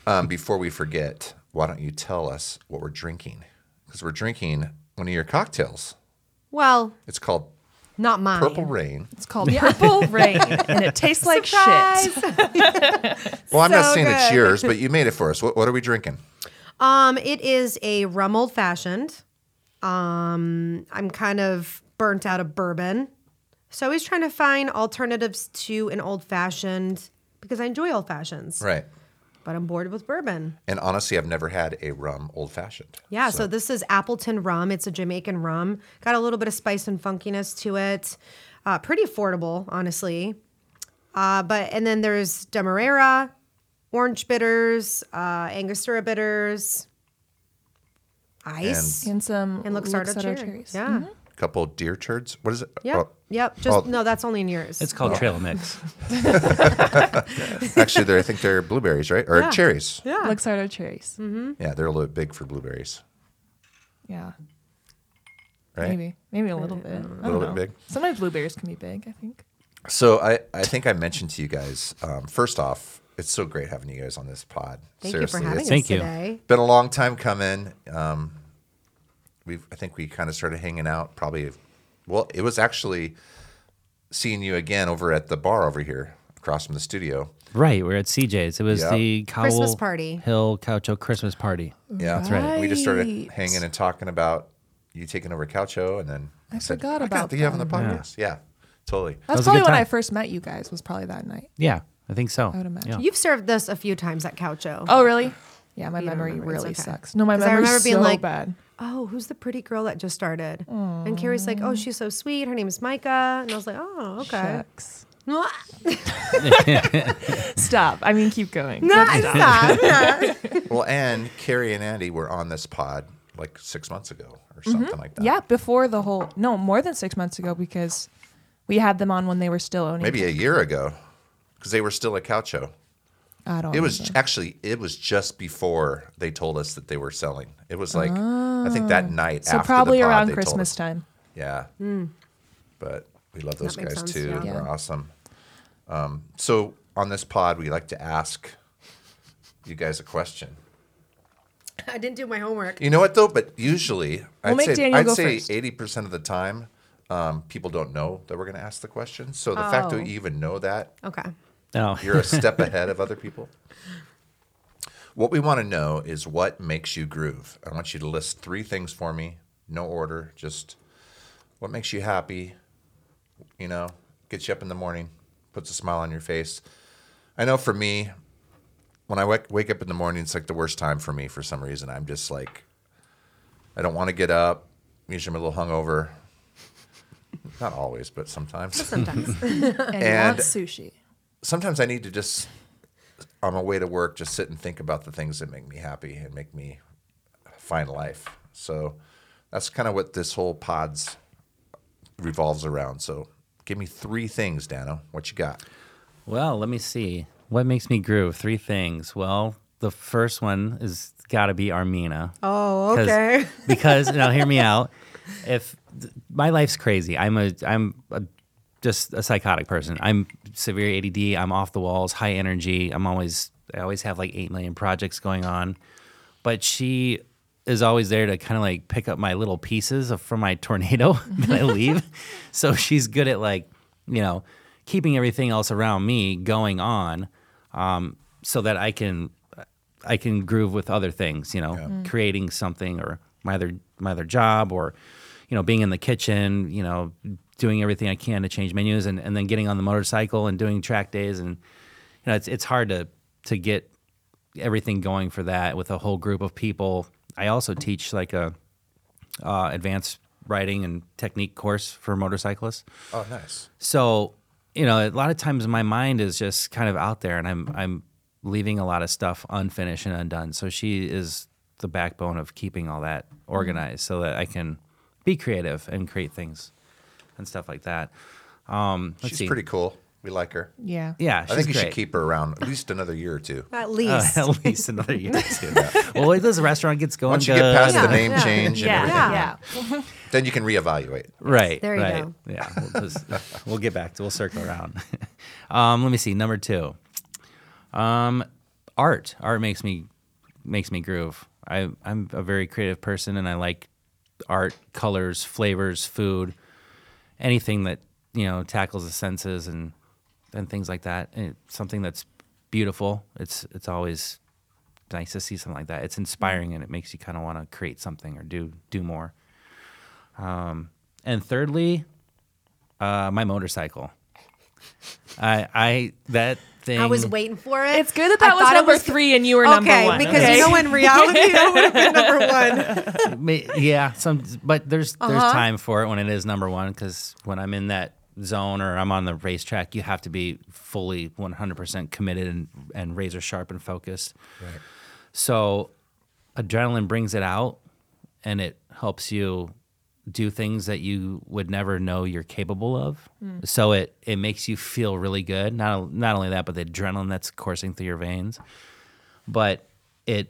Speaker 2: But um, before we forget, why don't you tell us what we're drinking? Because we're drinking one of your cocktails.
Speaker 7: Well,
Speaker 2: It's called
Speaker 7: not mine.
Speaker 2: Purple Rain.
Speaker 3: It's called Purple Rain, and it tastes like shit.
Speaker 7: Surprise!
Speaker 2: Well, I'm not
Speaker 7: so
Speaker 2: saying it's
Speaker 7: good.
Speaker 2: yours, but you made it for us. What, what are we drinking?
Speaker 7: Um, it is a rum old fashioned. Um, I'm kind of burnt out of bourbon, so always trying to find alternatives to an old fashioned because I enjoy old fashions,
Speaker 2: Right.
Speaker 7: but I'm bored with bourbon.
Speaker 2: And honestly, I've never had a rum old fashioned.
Speaker 7: Yeah, so. this is Appleton rum. It's a Jamaican rum. Got a little bit of spice and funkiness to it. Uh, pretty affordable, honestly. Uh, but and then there's Demerara, orange bitters, uh, Angostura bitters, ice,
Speaker 3: And some
Speaker 7: and, Luxardo,
Speaker 3: Luxardo
Speaker 7: cherry.
Speaker 3: cherries. Hmm. Mm-hmm.
Speaker 7: Yeah.
Speaker 2: A couple deer turds. What is it?
Speaker 7: Yep.
Speaker 2: Oh,
Speaker 7: Yep. Just
Speaker 2: Oh.
Speaker 7: no. That's only in yours.
Speaker 4: It's called Trail Mix.
Speaker 2: actually, they're, I think they're blueberries, right? Or
Speaker 7: Yeah. Hmm. Mm-hmm.
Speaker 2: cherries. Yeah.
Speaker 3: Luxardo cherries.
Speaker 2: they're a little bit big for blueberries,
Speaker 3: Yeah.
Speaker 2: right?
Speaker 3: Maybe. Maybe a little bit. A
Speaker 2: little bit big.
Speaker 3: Sometimes blueberries can be big, I think.
Speaker 2: So I, I think I mentioned to you guys, um, first off, it's so great having you guys on this pod.
Speaker 7: Thank
Speaker 2: Seriously,
Speaker 7: you for having
Speaker 2: it's
Speaker 7: us
Speaker 4: Thank you.
Speaker 7: today.
Speaker 2: been a long time coming. Um, we've I think we kind of started hanging out probably. Well, it was actually seeing you again over at the bar over here across from the studio.
Speaker 4: right. We're at CJ's. It was
Speaker 2: Yeah.
Speaker 4: the Cowell
Speaker 7: Christmas party.
Speaker 4: Hill Caucho Christmas party.
Speaker 2: Yeah,
Speaker 3: That's right.
Speaker 2: We just started
Speaker 3: Right.
Speaker 2: hanging and talking about you taking over Coucho, and then
Speaker 3: I forgot
Speaker 2: I
Speaker 3: about
Speaker 2: got you having the
Speaker 4: them." Yeah.
Speaker 2: podcast. Yeah, totally.
Speaker 3: That's
Speaker 4: was a good
Speaker 3: probably when
Speaker 4: time.
Speaker 3: I first met you guys, was probably that night.
Speaker 4: Yeah, I think so. I
Speaker 3: would imagine.
Speaker 7: You've served this a few times at Coucho.
Speaker 3: Oh, really? Yeah, my
Speaker 7: don't
Speaker 3: memory
Speaker 7: remember. It's
Speaker 3: really
Speaker 7: okay.
Speaker 3: sucks. No, my
Speaker 7: 'Cause I
Speaker 3: memory's
Speaker 7: remember being
Speaker 3: so
Speaker 7: like-
Speaker 3: bad.
Speaker 7: oh, who's the pretty girl that just started? And Carrie's like, oh, she's so sweet. Her name is Micah. And I was like, oh, okay.
Speaker 3: Shucks.
Speaker 7: no,
Speaker 3: Stop. I mean, keep going.
Speaker 7: stop.
Speaker 2: Well, and Carrie and Andy were on this pod like six months ago or something like that.
Speaker 3: Yeah, before the whole no, more than six months ago because we had them on when they were still owning.
Speaker 2: maybe a year ago because they were still a cow show.
Speaker 3: I don't.
Speaker 2: It was
Speaker 3: remember.
Speaker 2: actually it was just before they told us that they were selling. It was like I think that night.
Speaker 3: Oh. so
Speaker 2: after
Speaker 3: probably
Speaker 2: the pod,
Speaker 3: around
Speaker 2: they told
Speaker 3: Christmas
Speaker 2: us.
Speaker 3: time.
Speaker 2: Yeah. But we love those
Speaker 7: Hmm. That makes
Speaker 2: guys
Speaker 7: sense,
Speaker 2: too.
Speaker 7: yeah.
Speaker 2: They're
Speaker 3: Yeah.
Speaker 2: awesome. Um, so on this pod, we like to ask you guys a question.
Speaker 7: I didn't do my homework.
Speaker 2: You know what though? But usually, I'd
Speaker 3: make
Speaker 2: say
Speaker 3: Daniel
Speaker 2: I'd
Speaker 3: go
Speaker 2: say
Speaker 3: first.
Speaker 2: eighty percent of the time, um, people don't know that we're going to ask the question. So the fact
Speaker 3: Oh.
Speaker 2: that you even know that,
Speaker 7: Okay.
Speaker 4: No.
Speaker 2: you're a step ahead of other people. What we want to know is what makes you groove. I want you to list three things for me, no order, just what makes you happy, you know, gets you up in the morning, puts a smile on your face. I know for me, when I wake, wake up in the morning, it's like the worst time for me for some reason. I'm just like, I don't want to get up. Usually I'm a little hungover. Not always, but sometimes.
Speaker 7: Sometimes.
Speaker 3: And,
Speaker 2: And-
Speaker 3: you want sushi.
Speaker 2: sometimes I need to just on my way to work just sit and think about the things that make me happy and make me find life. So that's kind of what this whole pods revolves around. So give me three things, Dano. What you got?
Speaker 4: Well, let me see. What makes me groove? Three things. Well, the first one is got to be Armina.
Speaker 7: Oh,
Speaker 4: 'Cause-
Speaker 7: okay.
Speaker 4: because now hear me out. If th- my life's crazy, I'm a I'm a, just a psychotic person. I'm severe ADD. I'm off the walls, high energy. I'm always I always have like eight million projects going on, but she is always there to kind of like pick up my little pieces of, from my tornado that I leave. so she's good at like you know keeping everything else around me going on, um, so that I can I can groove with other things, you know, creating something or my other my other job or, you know, being in the kitchen, you know, doing everything I can to change menus and, and then getting on the motorcycle and doing track days and you know, it's it's hard to to get everything going for that with a whole group of people. I also teach like a uh, advanced riding and technique course for motorcyclists.
Speaker 2: Oh, nice.
Speaker 4: So, you know, a lot of times my mind is just kind of out there and I'm I'm leaving a lot of stuff unfinished and undone. So she is the backbone of keeping all that organized so that I can be creative and create things and stuff like that. Um, let's
Speaker 2: She's
Speaker 4: see.
Speaker 2: pretty cool. We like her.
Speaker 3: Yeah.
Speaker 4: Yeah, she's
Speaker 2: I think you should
Speaker 4: great.
Speaker 2: keep her around at least another year or two.
Speaker 7: At
Speaker 4: Uh,
Speaker 7: least.
Speaker 4: at least another year or two. Well, if this restaurant gets going,
Speaker 2: Once you get past
Speaker 4: good-
Speaker 2: the name
Speaker 7: yeah.
Speaker 2: change, and
Speaker 3: Yeah.
Speaker 2: everything,
Speaker 3: Yeah.
Speaker 2: then you can reevaluate.
Speaker 4: Right.
Speaker 7: There you
Speaker 4: right.
Speaker 7: go.
Speaker 4: Yeah. We'll, just, we'll get back to. We'll circle around. um, let me see. Number two. Um, art. Art makes me makes me groove. I I'm a very creative person, and I like art, colors, flavors, food, anything that you know tackles the senses and and things like that. And it's something that's beautiful. It's it's always nice to see something like that. It's
Speaker 7: Mm-hmm.
Speaker 4: inspiring, and it makes you kind of want to create something or do do more. Um, And thirdly, uh, my motorcycle. I, I that thing.
Speaker 7: I was waiting for it.
Speaker 3: It's good that that
Speaker 7: I
Speaker 3: was
Speaker 7: thought it
Speaker 3: number three and you were number
Speaker 7: okay,
Speaker 3: one,
Speaker 7: because
Speaker 3: okay?
Speaker 7: you know in reality that would have been number one.
Speaker 4: Ma- yeah, some, but there's there's time for it when it is number one because when I'm in that zone or I'm on the racetrack, you have to be fully 100% committed and, and razor sharp and focused. So adrenaline brings it out and it helps you do things that you would never know you're capable of. So it it makes you feel really good. Not not only that, but the adrenaline that's coursing through your veins. But it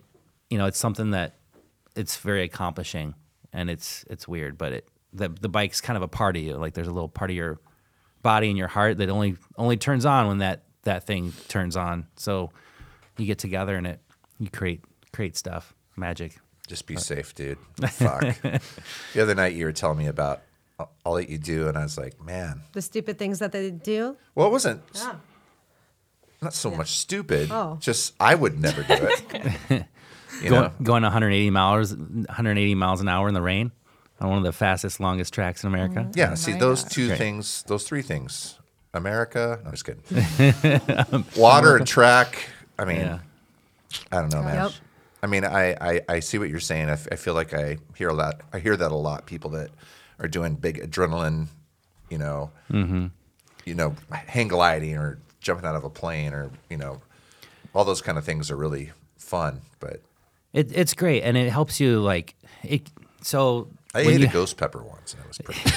Speaker 4: you know, it's something that it's very accomplishing and it's it's weird, but it the the bike's kind of a part of you. Like there's a little part of your body and your heart that only only turns on when that that thing turns on. So you get together and it you create create stuff, magic.
Speaker 2: Just
Speaker 4: Uh,
Speaker 2: be safe, dude. Fuck. the other night you were telling me about uh, all that you do, and I was like, man,
Speaker 7: The stupid things that they do.
Speaker 2: well, it wasn't not so much stupid.
Speaker 7: Oh.
Speaker 2: Just I would never do it. you know,
Speaker 4: Going, going 180 miles 180 miles an hour in the rain on one of the fastest longest tracks in America.
Speaker 2: yeah. See
Speaker 3: my
Speaker 2: those
Speaker 3: God.
Speaker 2: two
Speaker 4: Okay.
Speaker 2: things, those three things. America. No, I'm just kidding. Water and track. I mean,
Speaker 4: Yeah.
Speaker 2: I don't know, man.
Speaker 7: Yep.
Speaker 2: I mean, I, I, I see what you're saying. I, f- I feel like I hear a lot. I hear that a lot. People that are doing big adrenaline, you know,
Speaker 4: Mm-hmm.
Speaker 2: you know, hang gliding or jumping out of a plane or you know, all those kind of things are really fun. But
Speaker 4: It, it's great, and it helps you like it. So
Speaker 2: I
Speaker 4: when
Speaker 2: ate
Speaker 4: you-
Speaker 2: a ghost pepper once, and it was pretty.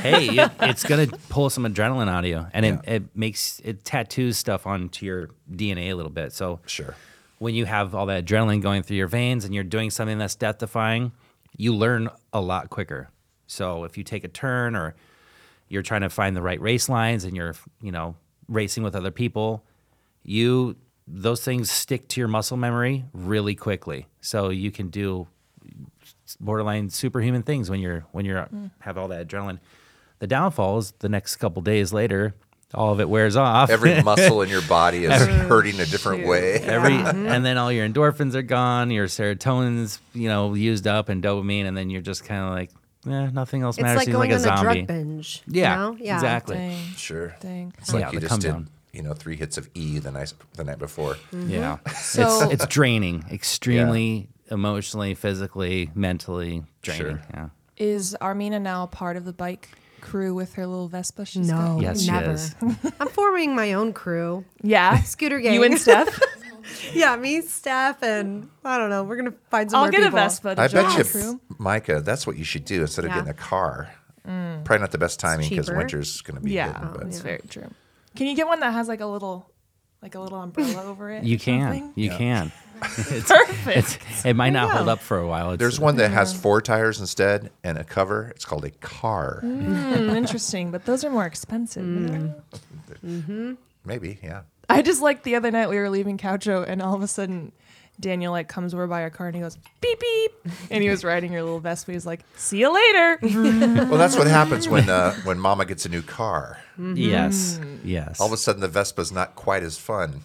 Speaker 4: hey, it, it's gonna pull some adrenaline out of you, and it, it makes it tattoos stuff onto your DNA a little bit. So
Speaker 2: Sure.
Speaker 4: when you have all that adrenaline going through your veins and you're doing something that's death defying, you learn a lot quicker. So if you take a turn or you're trying to find the right race lines and you're you know racing with other people, you those things stick to your muscle memory really quickly. So you can do borderline superhuman things when you're when you're
Speaker 7: Mm.
Speaker 4: have all that adrenaline. The downfall is the next couple days later, all of it wears off.
Speaker 2: Every muscle in your body is hurting a different
Speaker 3: shoot.
Speaker 2: way.
Speaker 4: Every and then all your endorphins are gone, your serotonin's you know used up, and dopamine, and then you're just kind of like, eh, nothing else
Speaker 7: It's
Speaker 4: matters.
Speaker 7: like
Speaker 4: Seems
Speaker 7: going
Speaker 4: like a
Speaker 7: on a
Speaker 4: zombie.
Speaker 7: drug binge. you
Speaker 4: yeah,
Speaker 7: know? yeah,
Speaker 4: exactly.
Speaker 3: Dang.
Speaker 2: Sure.
Speaker 3: Dang.
Speaker 2: It's like
Speaker 4: Yeah,
Speaker 2: you
Speaker 4: the
Speaker 2: just did,
Speaker 4: come-down.
Speaker 2: you know, three hits of E the night the night before.
Speaker 3: Mm.
Speaker 7: Mm-hmm.
Speaker 4: Yeah,
Speaker 3: So-
Speaker 4: it's, it's draining, extremely emotionally, physically, mentally draining.
Speaker 2: Sure.
Speaker 4: Yeah.
Speaker 3: Is Armina now part of the bike crew with her little Vespa? She's
Speaker 7: No,
Speaker 3: got?
Speaker 4: Yes, she
Speaker 7: Oh, never.
Speaker 4: is.
Speaker 7: I'm forming my own crew.
Speaker 3: Yeah.
Speaker 7: Scooter gang.
Speaker 3: You and Steph.
Speaker 7: yeah, me, Steph, and I don't know. We're gonna find some
Speaker 3: I'll
Speaker 7: more
Speaker 3: get a
Speaker 7: people.
Speaker 3: Vespa to
Speaker 2: I
Speaker 3: join
Speaker 2: bet
Speaker 3: the
Speaker 2: you,
Speaker 3: crew.
Speaker 2: Micah, that's what you should do instead of
Speaker 7: Yeah.
Speaker 2: getting a car. Probably not the best timing because
Speaker 7: cheaper.
Speaker 2: winter's going to be
Speaker 3: Mm. Oh, Yeah,
Speaker 2: hidden, but
Speaker 3: that's very true. Can you get one that has like a little, like a little umbrella over it?
Speaker 4: You
Speaker 3: or
Speaker 4: can,
Speaker 3: something?
Speaker 4: you can.
Speaker 3: Perfect.
Speaker 4: It's, it might not hold up for a while. It's,
Speaker 2: there's one that has four tires instead and a cover. It's called a car.
Speaker 3: Hmm, interesting, but those are more expensive. you know?
Speaker 2: Maybe, yeah.
Speaker 3: I just like the other night we were leaving Coucho, and all of a sudden. Daniel like comes over by our car and he goes beep beep, and he was riding your little Vespa. He's like, "See you later."
Speaker 2: Well, that's what happens when uh, when Mama gets a new car.
Speaker 7: Mm-hmm.
Speaker 4: Yes, yes.
Speaker 2: Mm-hmm. All of a sudden, the Vespa's not quite as fun,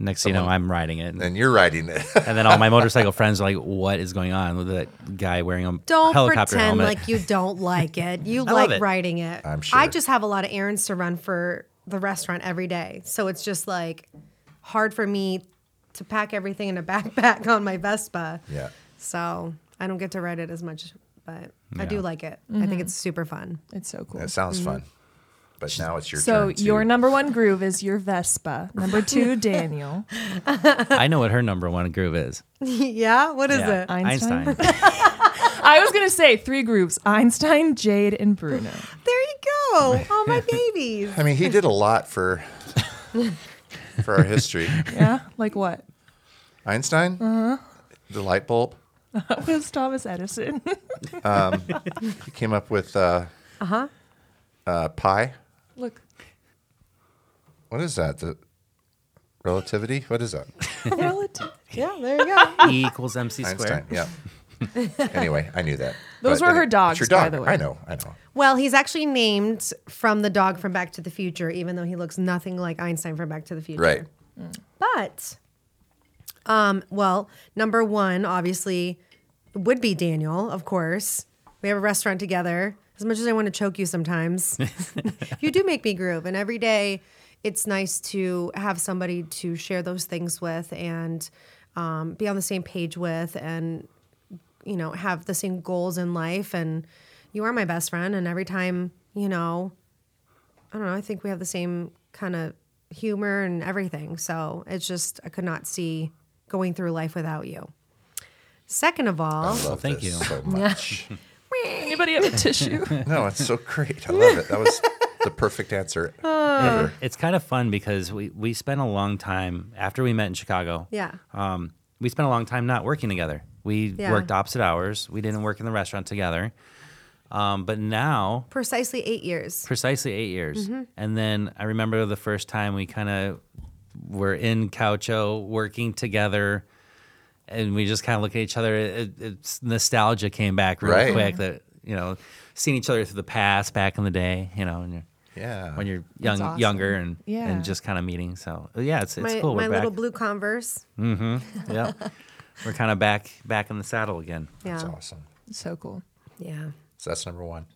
Speaker 4: Next thing you know, I'm riding it.
Speaker 2: and you're riding it.
Speaker 4: And then all my motorcycle friends are like, "What is going on with that guy wearing a
Speaker 7: Don't
Speaker 4: helicopter
Speaker 7: pretend
Speaker 4: helmet?"
Speaker 7: like you don't like it. You
Speaker 4: I
Speaker 7: like
Speaker 4: love it.
Speaker 7: writing it.
Speaker 2: I'm sure.
Speaker 7: I just have a lot of errands to run for the restaurant every day, so it's just like hard for me to pack everything in a backpack on my Vespa.
Speaker 2: yeah,
Speaker 7: So I don't get to ride it as much, but
Speaker 4: Yeah.
Speaker 7: I do like it. I
Speaker 3: Mm-hmm.
Speaker 7: think it's super fun.
Speaker 3: It's so cool.
Speaker 2: it sounds fun. But now it's your
Speaker 3: Mm-hmm. So
Speaker 2: turn. to-
Speaker 3: your number one groove is your Vespa. Number two, Daniel.
Speaker 4: I know what her number one groove is.
Speaker 7: yeah, what is
Speaker 4: Yeah,
Speaker 7: it?
Speaker 3: Einstein?
Speaker 4: Einstein.
Speaker 3: I was gonna say three grooves: Einstein, Jade, and Bruno.
Speaker 7: there you go. All my babies.
Speaker 2: I mean, he did a lot for for our history.
Speaker 3: Yeah, like what?
Speaker 2: Einstein,
Speaker 3: Uh-huh.
Speaker 2: the light bulb.
Speaker 3: That was Thomas Edison.
Speaker 2: He came up with uh, uh-huh. uh pi.
Speaker 3: Look,
Speaker 2: What is that? The relativity? What is that?
Speaker 3: relative.
Speaker 7: Yeah, there you go.
Speaker 4: e equals mc
Speaker 2: Einstein.
Speaker 4: squared.
Speaker 2: Yeah. anyway, I knew that.
Speaker 3: Those were her
Speaker 2: it's
Speaker 3: dogs,
Speaker 2: Your
Speaker 3: by
Speaker 2: dog.
Speaker 3: the way.
Speaker 2: I know. I know.
Speaker 7: Well, he's actually named from the dog from Back to the Future, even though he looks nothing like Einstein from Back to the Future.
Speaker 2: Right.
Speaker 7: But, um, well, number one obviously would be Daniel, of course. We have a restaurant together. As much as I want to choke you sometimes, you do make me groove. And every day, it's nice to have somebody to share those things with and um, be on the same page with and you know have the same goals in life and you are my best friend and every time you know i don't know i think we have the same kind of humor and everything so it's just i could not see going through life without you second of all
Speaker 2: Love
Speaker 4: thank
Speaker 2: this
Speaker 4: you.
Speaker 2: so much.
Speaker 3: Anybody have a tissue?
Speaker 2: No, it's so great. I love it. That was the perfect answer
Speaker 3: Uh.
Speaker 2: ever.
Speaker 4: It's kind of fun because we we spent a long time after we met in Chicago.
Speaker 7: yeah
Speaker 4: Um, we spent a long time not working together. We
Speaker 7: Yeah.
Speaker 4: worked opposite hours. We didn't work in the restaurant together. Um, but now
Speaker 7: precisely eight years
Speaker 4: precisely eight years.
Speaker 7: Mm-hmm.
Speaker 4: And then I remember the first time we kind of were in Caucho working together, and we just kind of look at each other. It, it's nostalgia came back really
Speaker 2: Right.
Speaker 7: Mm-hmm.
Speaker 4: quick that you know seeing each other through the past back in the day, you know, when you're,
Speaker 2: Yeah.
Speaker 4: when you're young,
Speaker 3: awesome.
Speaker 4: younger, and
Speaker 3: Yeah.
Speaker 4: and just kind of meeting. So yeah, it's it's
Speaker 7: my,
Speaker 4: cool.
Speaker 7: my
Speaker 4: we're back.
Speaker 7: little blue converse
Speaker 4: yeah, we're kind of back back in the saddle again.
Speaker 7: yeah
Speaker 2: That's awesome.
Speaker 3: so cool.
Speaker 7: yeah
Speaker 2: So that's number one.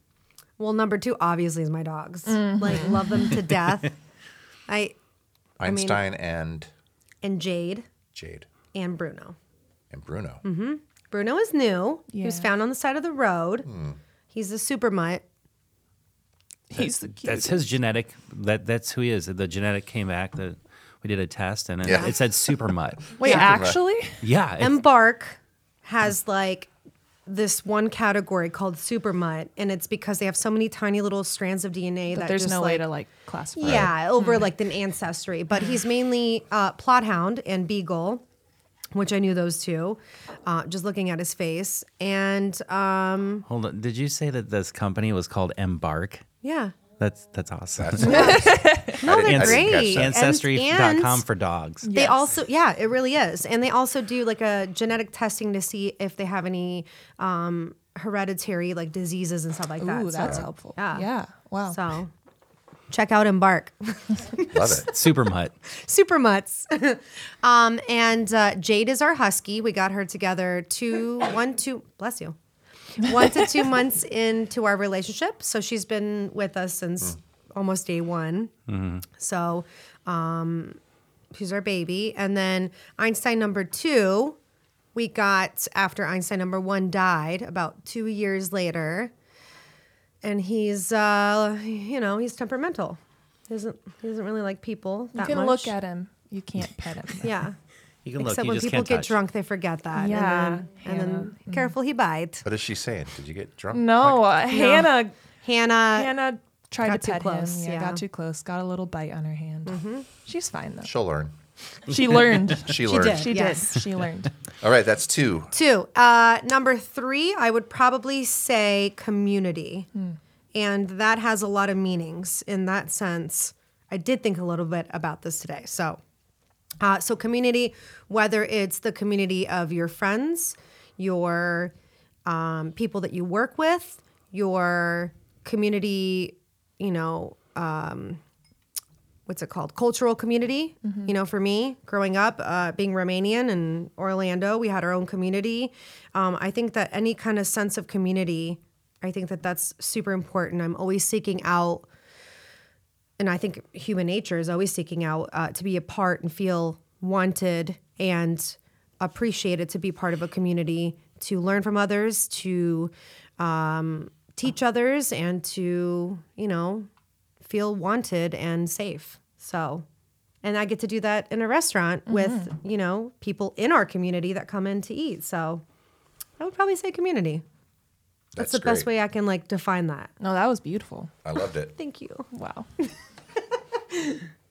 Speaker 7: well number two obviously is my dogs
Speaker 3: Mm.
Speaker 7: like love them to death i mean-
Speaker 2: Einstein and
Speaker 7: and jade
Speaker 2: Jade
Speaker 7: and bruno
Speaker 2: and Bruno.
Speaker 7: Mm-hmm. Bruno is new. He was
Speaker 3: Yeah.
Speaker 7: found on the side of the road. He's a super mutt.
Speaker 3: He's the cutest.
Speaker 4: That's his genetic. That that's who he is. The genetic came back. The we did a test and it,
Speaker 2: Yeah.
Speaker 4: it said super mutt.
Speaker 3: Wait, actually,
Speaker 4: yeah, it's-
Speaker 7: Embark has like this one category called super mutt, and it's because they have so many tiny little strands of DNA
Speaker 3: but
Speaker 7: that
Speaker 3: there's
Speaker 7: just,
Speaker 3: no
Speaker 7: like,
Speaker 3: way to like classify. it. Hmm.
Speaker 7: Yeah, over like an ancestry. But he's mainly uh, Plot Hound and Beagle, which I knew those two, uh, just looking at his face. And um,
Speaker 4: hold on. Did you say that this company was called Embark?
Speaker 7: yeah.
Speaker 4: That's that's awesome.
Speaker 2: No,
Speaker 7: they're great. And-
Speaker 4: Ancestry.com
Speaker 7: and-
Speaker 4: for dogs.
Speaker 7: They also, yeah, it really is. And they also do like a genetic testing to see if they have any um, hereditary like diseases and stuff like that.
Speaker 3: Ooh, that's
Speaker 7: so,
Speaker 3: helpful.
Speaker 7: Yeah.
Speaker 3: Yeah. Wow.
Speaker 7: So check out Embark.
Speaker 2: Love it.
Speaker 4: Super mutt.
Speaker 7: super mutts. um, and uh, Jade is our husky. We got her together two, one, two, bless you, one to two months into our relationship. So she's been with us since almost day one. So um, she's our baby. And then Einstein number two, we got after Einstein number one died about two years later. And he's, uh, you know, he's temperamental. He doesn't, he doesn't really like people.
Speaker 3: You
Speaker 7: that
Speaker 3: can
Speaker 7: much.
Speaker 3: look at him. You can't pet him.
Speaker 7: Yeah.
Speaker 4: You can
Speaker 7: Except
Speaker 4: look. You
Speaker 7: when
Speaker 4: just
Speaker 7: people
Speaker 4: can't
Speaker 7: get
Speaker 4: touch.
Speaker 7: drunk, they forget that.
Speaker 3: Yeah,
Speaker 7: And then, and then careful, he bite.
Speaker 2: What is she saying? Did you get drunk?
Speaker 3: No, uh, Hannah.
Speaker 7: Hannah,
Speaker 3: Hannah tried
Speaker 7: got
Speaker 3: to
Speaker 7: too
Speaker 3: pet
Speaker 7: close,
Speaker 3: him. Yeah,
Speaker 7: yeah.
Speaker 3: got too close. Got a little bite on her hand. She's fine though.
Speaker 2: She'll learn.
Speaker 3: She learned.
Speaker 2: She,
Speaker 7: she
Speaker 2: learned.
Speaker 7: did.
Speaker 3: she
Speaker 7: Yes.
Speaker 3: did. She learned.
Speaker 2: All right, that's two.
Speaker 7: Two. Uh, number three, I would probably say community. And that has a lot of meanings in that sense. I did think a little bit about this today. So, uh, so community, whether it's the community of your friends, your um, people that you work with, your community, you know, uh, what's it called cultural community you know for me growing up uh, being romanian in orlando we had our own community um, i think that any kind of sense of community i think that that's super important i'm always seeking out and i think human nature is always seeking out uh, to be a part and feel wanted and appreciated to be part of a community to learn from others to um, teach others and to you know feel wanted and safe. So, and I get to do that in a restaurant with, you know, people in our community that come in to eat. So, I would probably say community.
Speaker 2: That's,
Speaker 7: That's, the best
Speaker 2: great.
Speaker 7: way I can like define that.
Speaker 3: No, that was beautiful.
Speaker 2: I loved it.
Speaker 7: Thank you.
Speaker 3: Wow.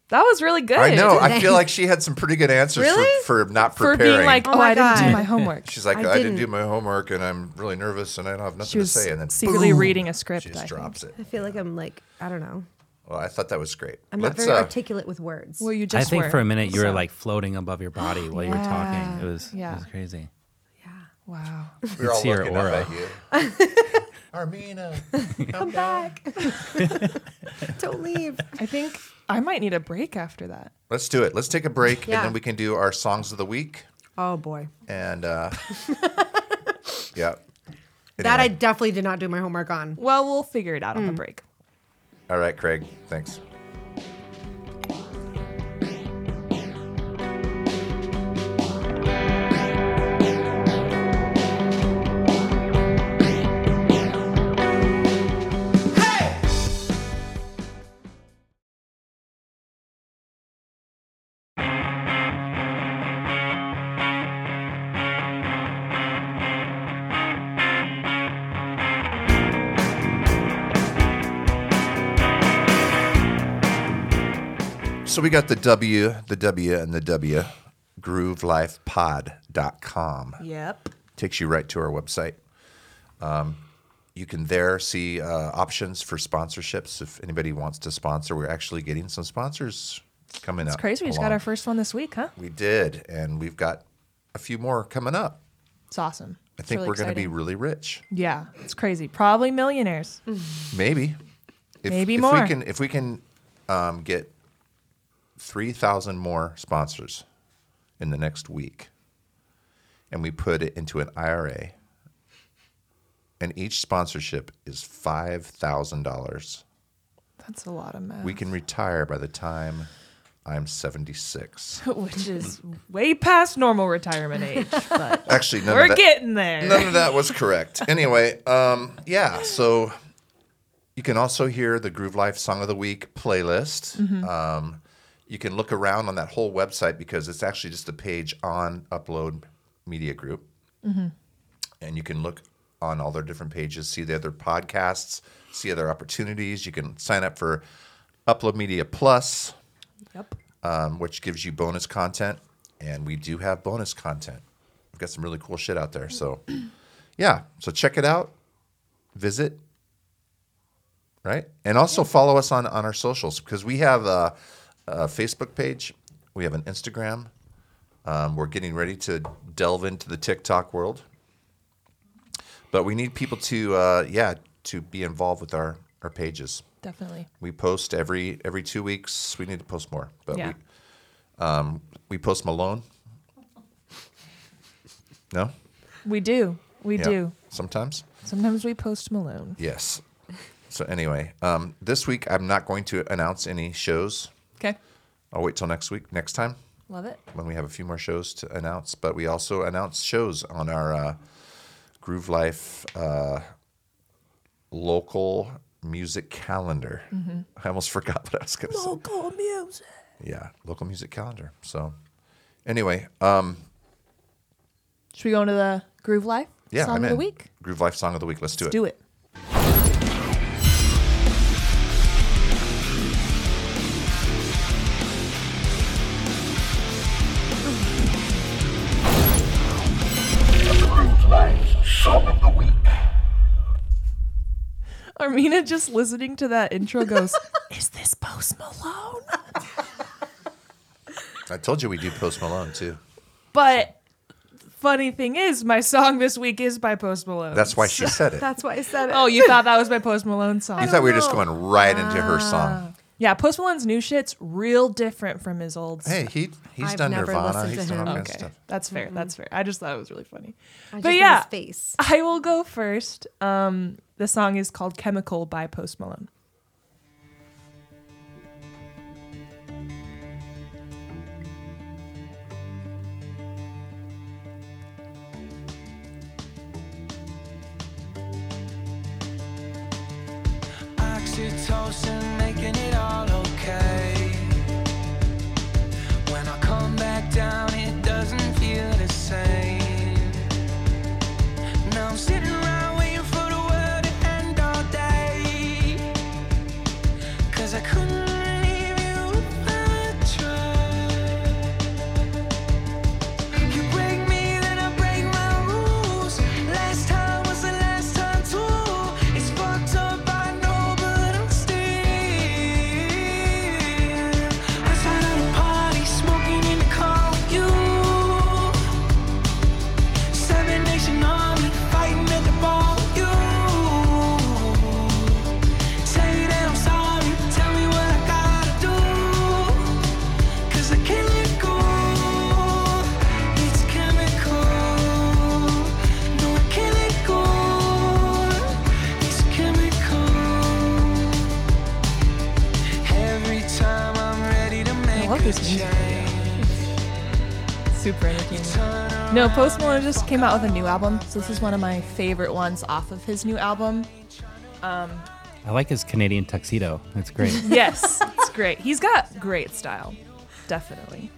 Speaker 3: that was really good.
Speaker 2: I know. I feel like she had some pretty good answers
Speaker 7: Really?
Speaker 2: for, for not
Speaker 3: For
Speaker 2: preparing.
Speaker 3: being like, oh,
Speaker 7: my
Speaker 3: I didn't
Speaker 7: God.
Speaker 3: do my homework.
Speaker 2: She's like, I
Speaker 7: I
Speaker 2: didn't.
Speaker 7: didn't.
Speaker 2: do my homework, and I'm really nervous, and I don't have nothing
Speaker 3: She was
Speaker 2: to say. And then
Speaker 3: secretly
Speaker 2: boom,
Speaker 3: reading a script.
Speaker 2: She
Speaker 3: I
Speaker 2: just
Speaker 3: think.
Speaker 2: drops it.
Speaker 7: I feel like I'm like, I don't know.
Speaker 2: Well, I thought that was great.
Speaker 7: I'm not
Speaker 2: Let's
Speaker 7: very
Speaker 2: uh,
Speaker 7: articulate with words.
Speaker 3: Well, you
Speaker 4: I
Speaker 3: just
Speaker 4: think
Speaker 3: were.
Speaker 4: for a minute you were
Speaker 3: So-
Speaker 4: like floating above your body while you were talking. It was
Speaker 3: Yeah.
Speaker 4: it was crazy.
Speaker 3: wow.
Speaker 2: we're all
Speaker 4: see her
Speaker 2: looking
Speaker 4: aura.
Speaker 2: up at you. Armina, come back.
Speaker 7: don't leave.
Speaker 3: I think I might need a break after that.
Speaker 2: Let's do it. Let's take a break,
Speaker 7: Yeah.
Speaker 2: and then we can do our songs of the week.
Speaker 7: Oh boy.
Speaker 2: And uh, yeah,
Speaker 7: That I definitely did not do my homework on.
Speaker 3: Well, we'll figure it out on the break.
Speaker 2: all right, Craig. Thanks. So we got the W, the W, and the W, groovelifepod.com.
Speaker 3: Yep.
Speaker 2: Takes you right to our website. Um, you can there see uh, options for sponsorships if anybody wants to sponsor. We're actually getting some sponsors coming up.
Speaker 3: It's crazy. We just got
Speaker 2: along.
Speaker 3: our first one this week, huh?
Speaker 2: We did, and we've got a few more coming up.
Speaker 3: It's awesome.
Speaker 2: I think we're going to be really rich.
Speaker 3: Yeah, it's crazy. Probably millionaires.
Speaker 2: Maybe. If,
Speaker 3: Maybe
Speaker 2: if
Speaker 3: more.
Speaker 2: We can, if we can um, get 3,000 more sponsors in the next week and we put it into an IRA, and each sponsorship is $5,000,
Speaker 3: That's a lot of math.
Speaker 2: we can retire by the time I'm 76.
Speaker 3: which is way past normal retirement age, but
Speaker 2: Actually, none
Speaker 3: we're
Speaker 2: of that,
Speaker 3: getting there.
Speaker 2: None of that was correct. Anyway, um, yeah, so you can also hear the Groove Life Song of the Week playlist. Um, you can look around on that whole website because it's actually just a page on Upload Media Group, and you can look on all their different pages, see the other podcasts, see other opportunities. You can sign up for Upload Media Plus,
Speaker 3: Yep.
Speaker 2: um, which gives you bonus content, and we do have bonus content. We've got some really cool shit out there, so yeah, so check it out, visit, right? And also follow us on on our socials because we have a, a Facebook page, we have an Instagram. Um, we're getting ready to delve into the TikTok world, but we need people to uh, yeah to be involved with our our pages.
Speaker 3: Definitely.
Speaker 2: We post every every two weeks. We need to post more, but
Speaker 3: Yeah.
Speaker 2: we um, we post Malone. No,
Speaker 3: We do. We
Speaker 2: Yeah.
Speaker 3: do.
Speaker 2: sometimes.
Speaker 3: Sometimes we post Malone.
Speaker 2: Yes. So anyway, um, this week I'm not going to announce any shows.
Speaker 3: Okay.
Speaker 2: I'll wait till next week, next time
Speaker 3: Love it.
Speaker 2: when we have a few more shows to announce. But we also announce shows on our uh, Groove Life uh, local music calendar.
Speaker 3: Mm-hmm.
Speaker 2: I almost forgot what I was going to say.
Speaker 3: Local music.
Speaker 2: Yeah, local music calendar. So anyway, um,
Speaker 3: Should we go into the Groove Life
Speaker 2: yeah,
Speaker 3: song
Speaker 2: I'm
Speaker 3: of the
Speaker 2: in.
Speaker 3: week?
Speaker 2: Groove Life song of the week. Let's do
Speaker 3: Let's
Speaker 2: it.
Speaker 3: do it. Armina just listening to that intro goes, Is this Post Malone?
Speaker 2: I told you we do Post Malone too.
Speaker 3: But funny thing is, my song this week is by Post Malone.
Speaker 2: That's why she said it.
Speaker 7: That's why I said it.
Speaker 3: Oh, you thought that was my Post Malone song?
Speaker 2: You thought we were just going right into her song.
Speaker 3: Yeah, Post Malone's new shit's real different from his old.
Speaker 2: Hey, he he's
Speaker 7: I've
Speaker 2: done
Speaker 7: never
Speaker 2: Nirvana.
Speaker 7: listened
Speaker 2: He's
Speaker 7: to
Speaker 2: done all
Speaker 7: him.
Speaker 2: kinds of
Speaker 3: okay,
Speaker 2: stuff.
Speaker 3: that's fair. That's fair. I just thought it was really funny.
Speaker 7: I
Speaker 3: but
Speaker 7: just
Speaker 3: yeah,
Speaker 7: his face.
Speaker 3: I will go first. Um, the song is called "Chemical" by Post Malone.
Speaker 8: Oxytocin making it all okay. When I come back down, it doesn't feel the same. Now I'm sitting around waiting for the world to end all day. Cause I couldn't leave you if I tried. You break me, then I break my rules. Last time was the last time too. It's fucked up, I know, but I'm still outside of the party, smoking in the car with you. Seven Nation Army fighting at the bar with you. Say that I'm sorry, tell me what I gotta do. 'Cause I can't let go. It's chemical. No, I can't let go. It's chemical. Every time I'm ready to make
Speaker 3: love
Speaker 8: a
Speaker 3: this music
Speaker 8: change.
Speaker 3: Super entertaining. No, Post Malone just came out with a new album, so this is one of my favorite ones off of his new album.
Speaker 4: I like his Canadian tuxedo. That's great.
Speaker 3: Yes, it's great. He's got great style, definitely.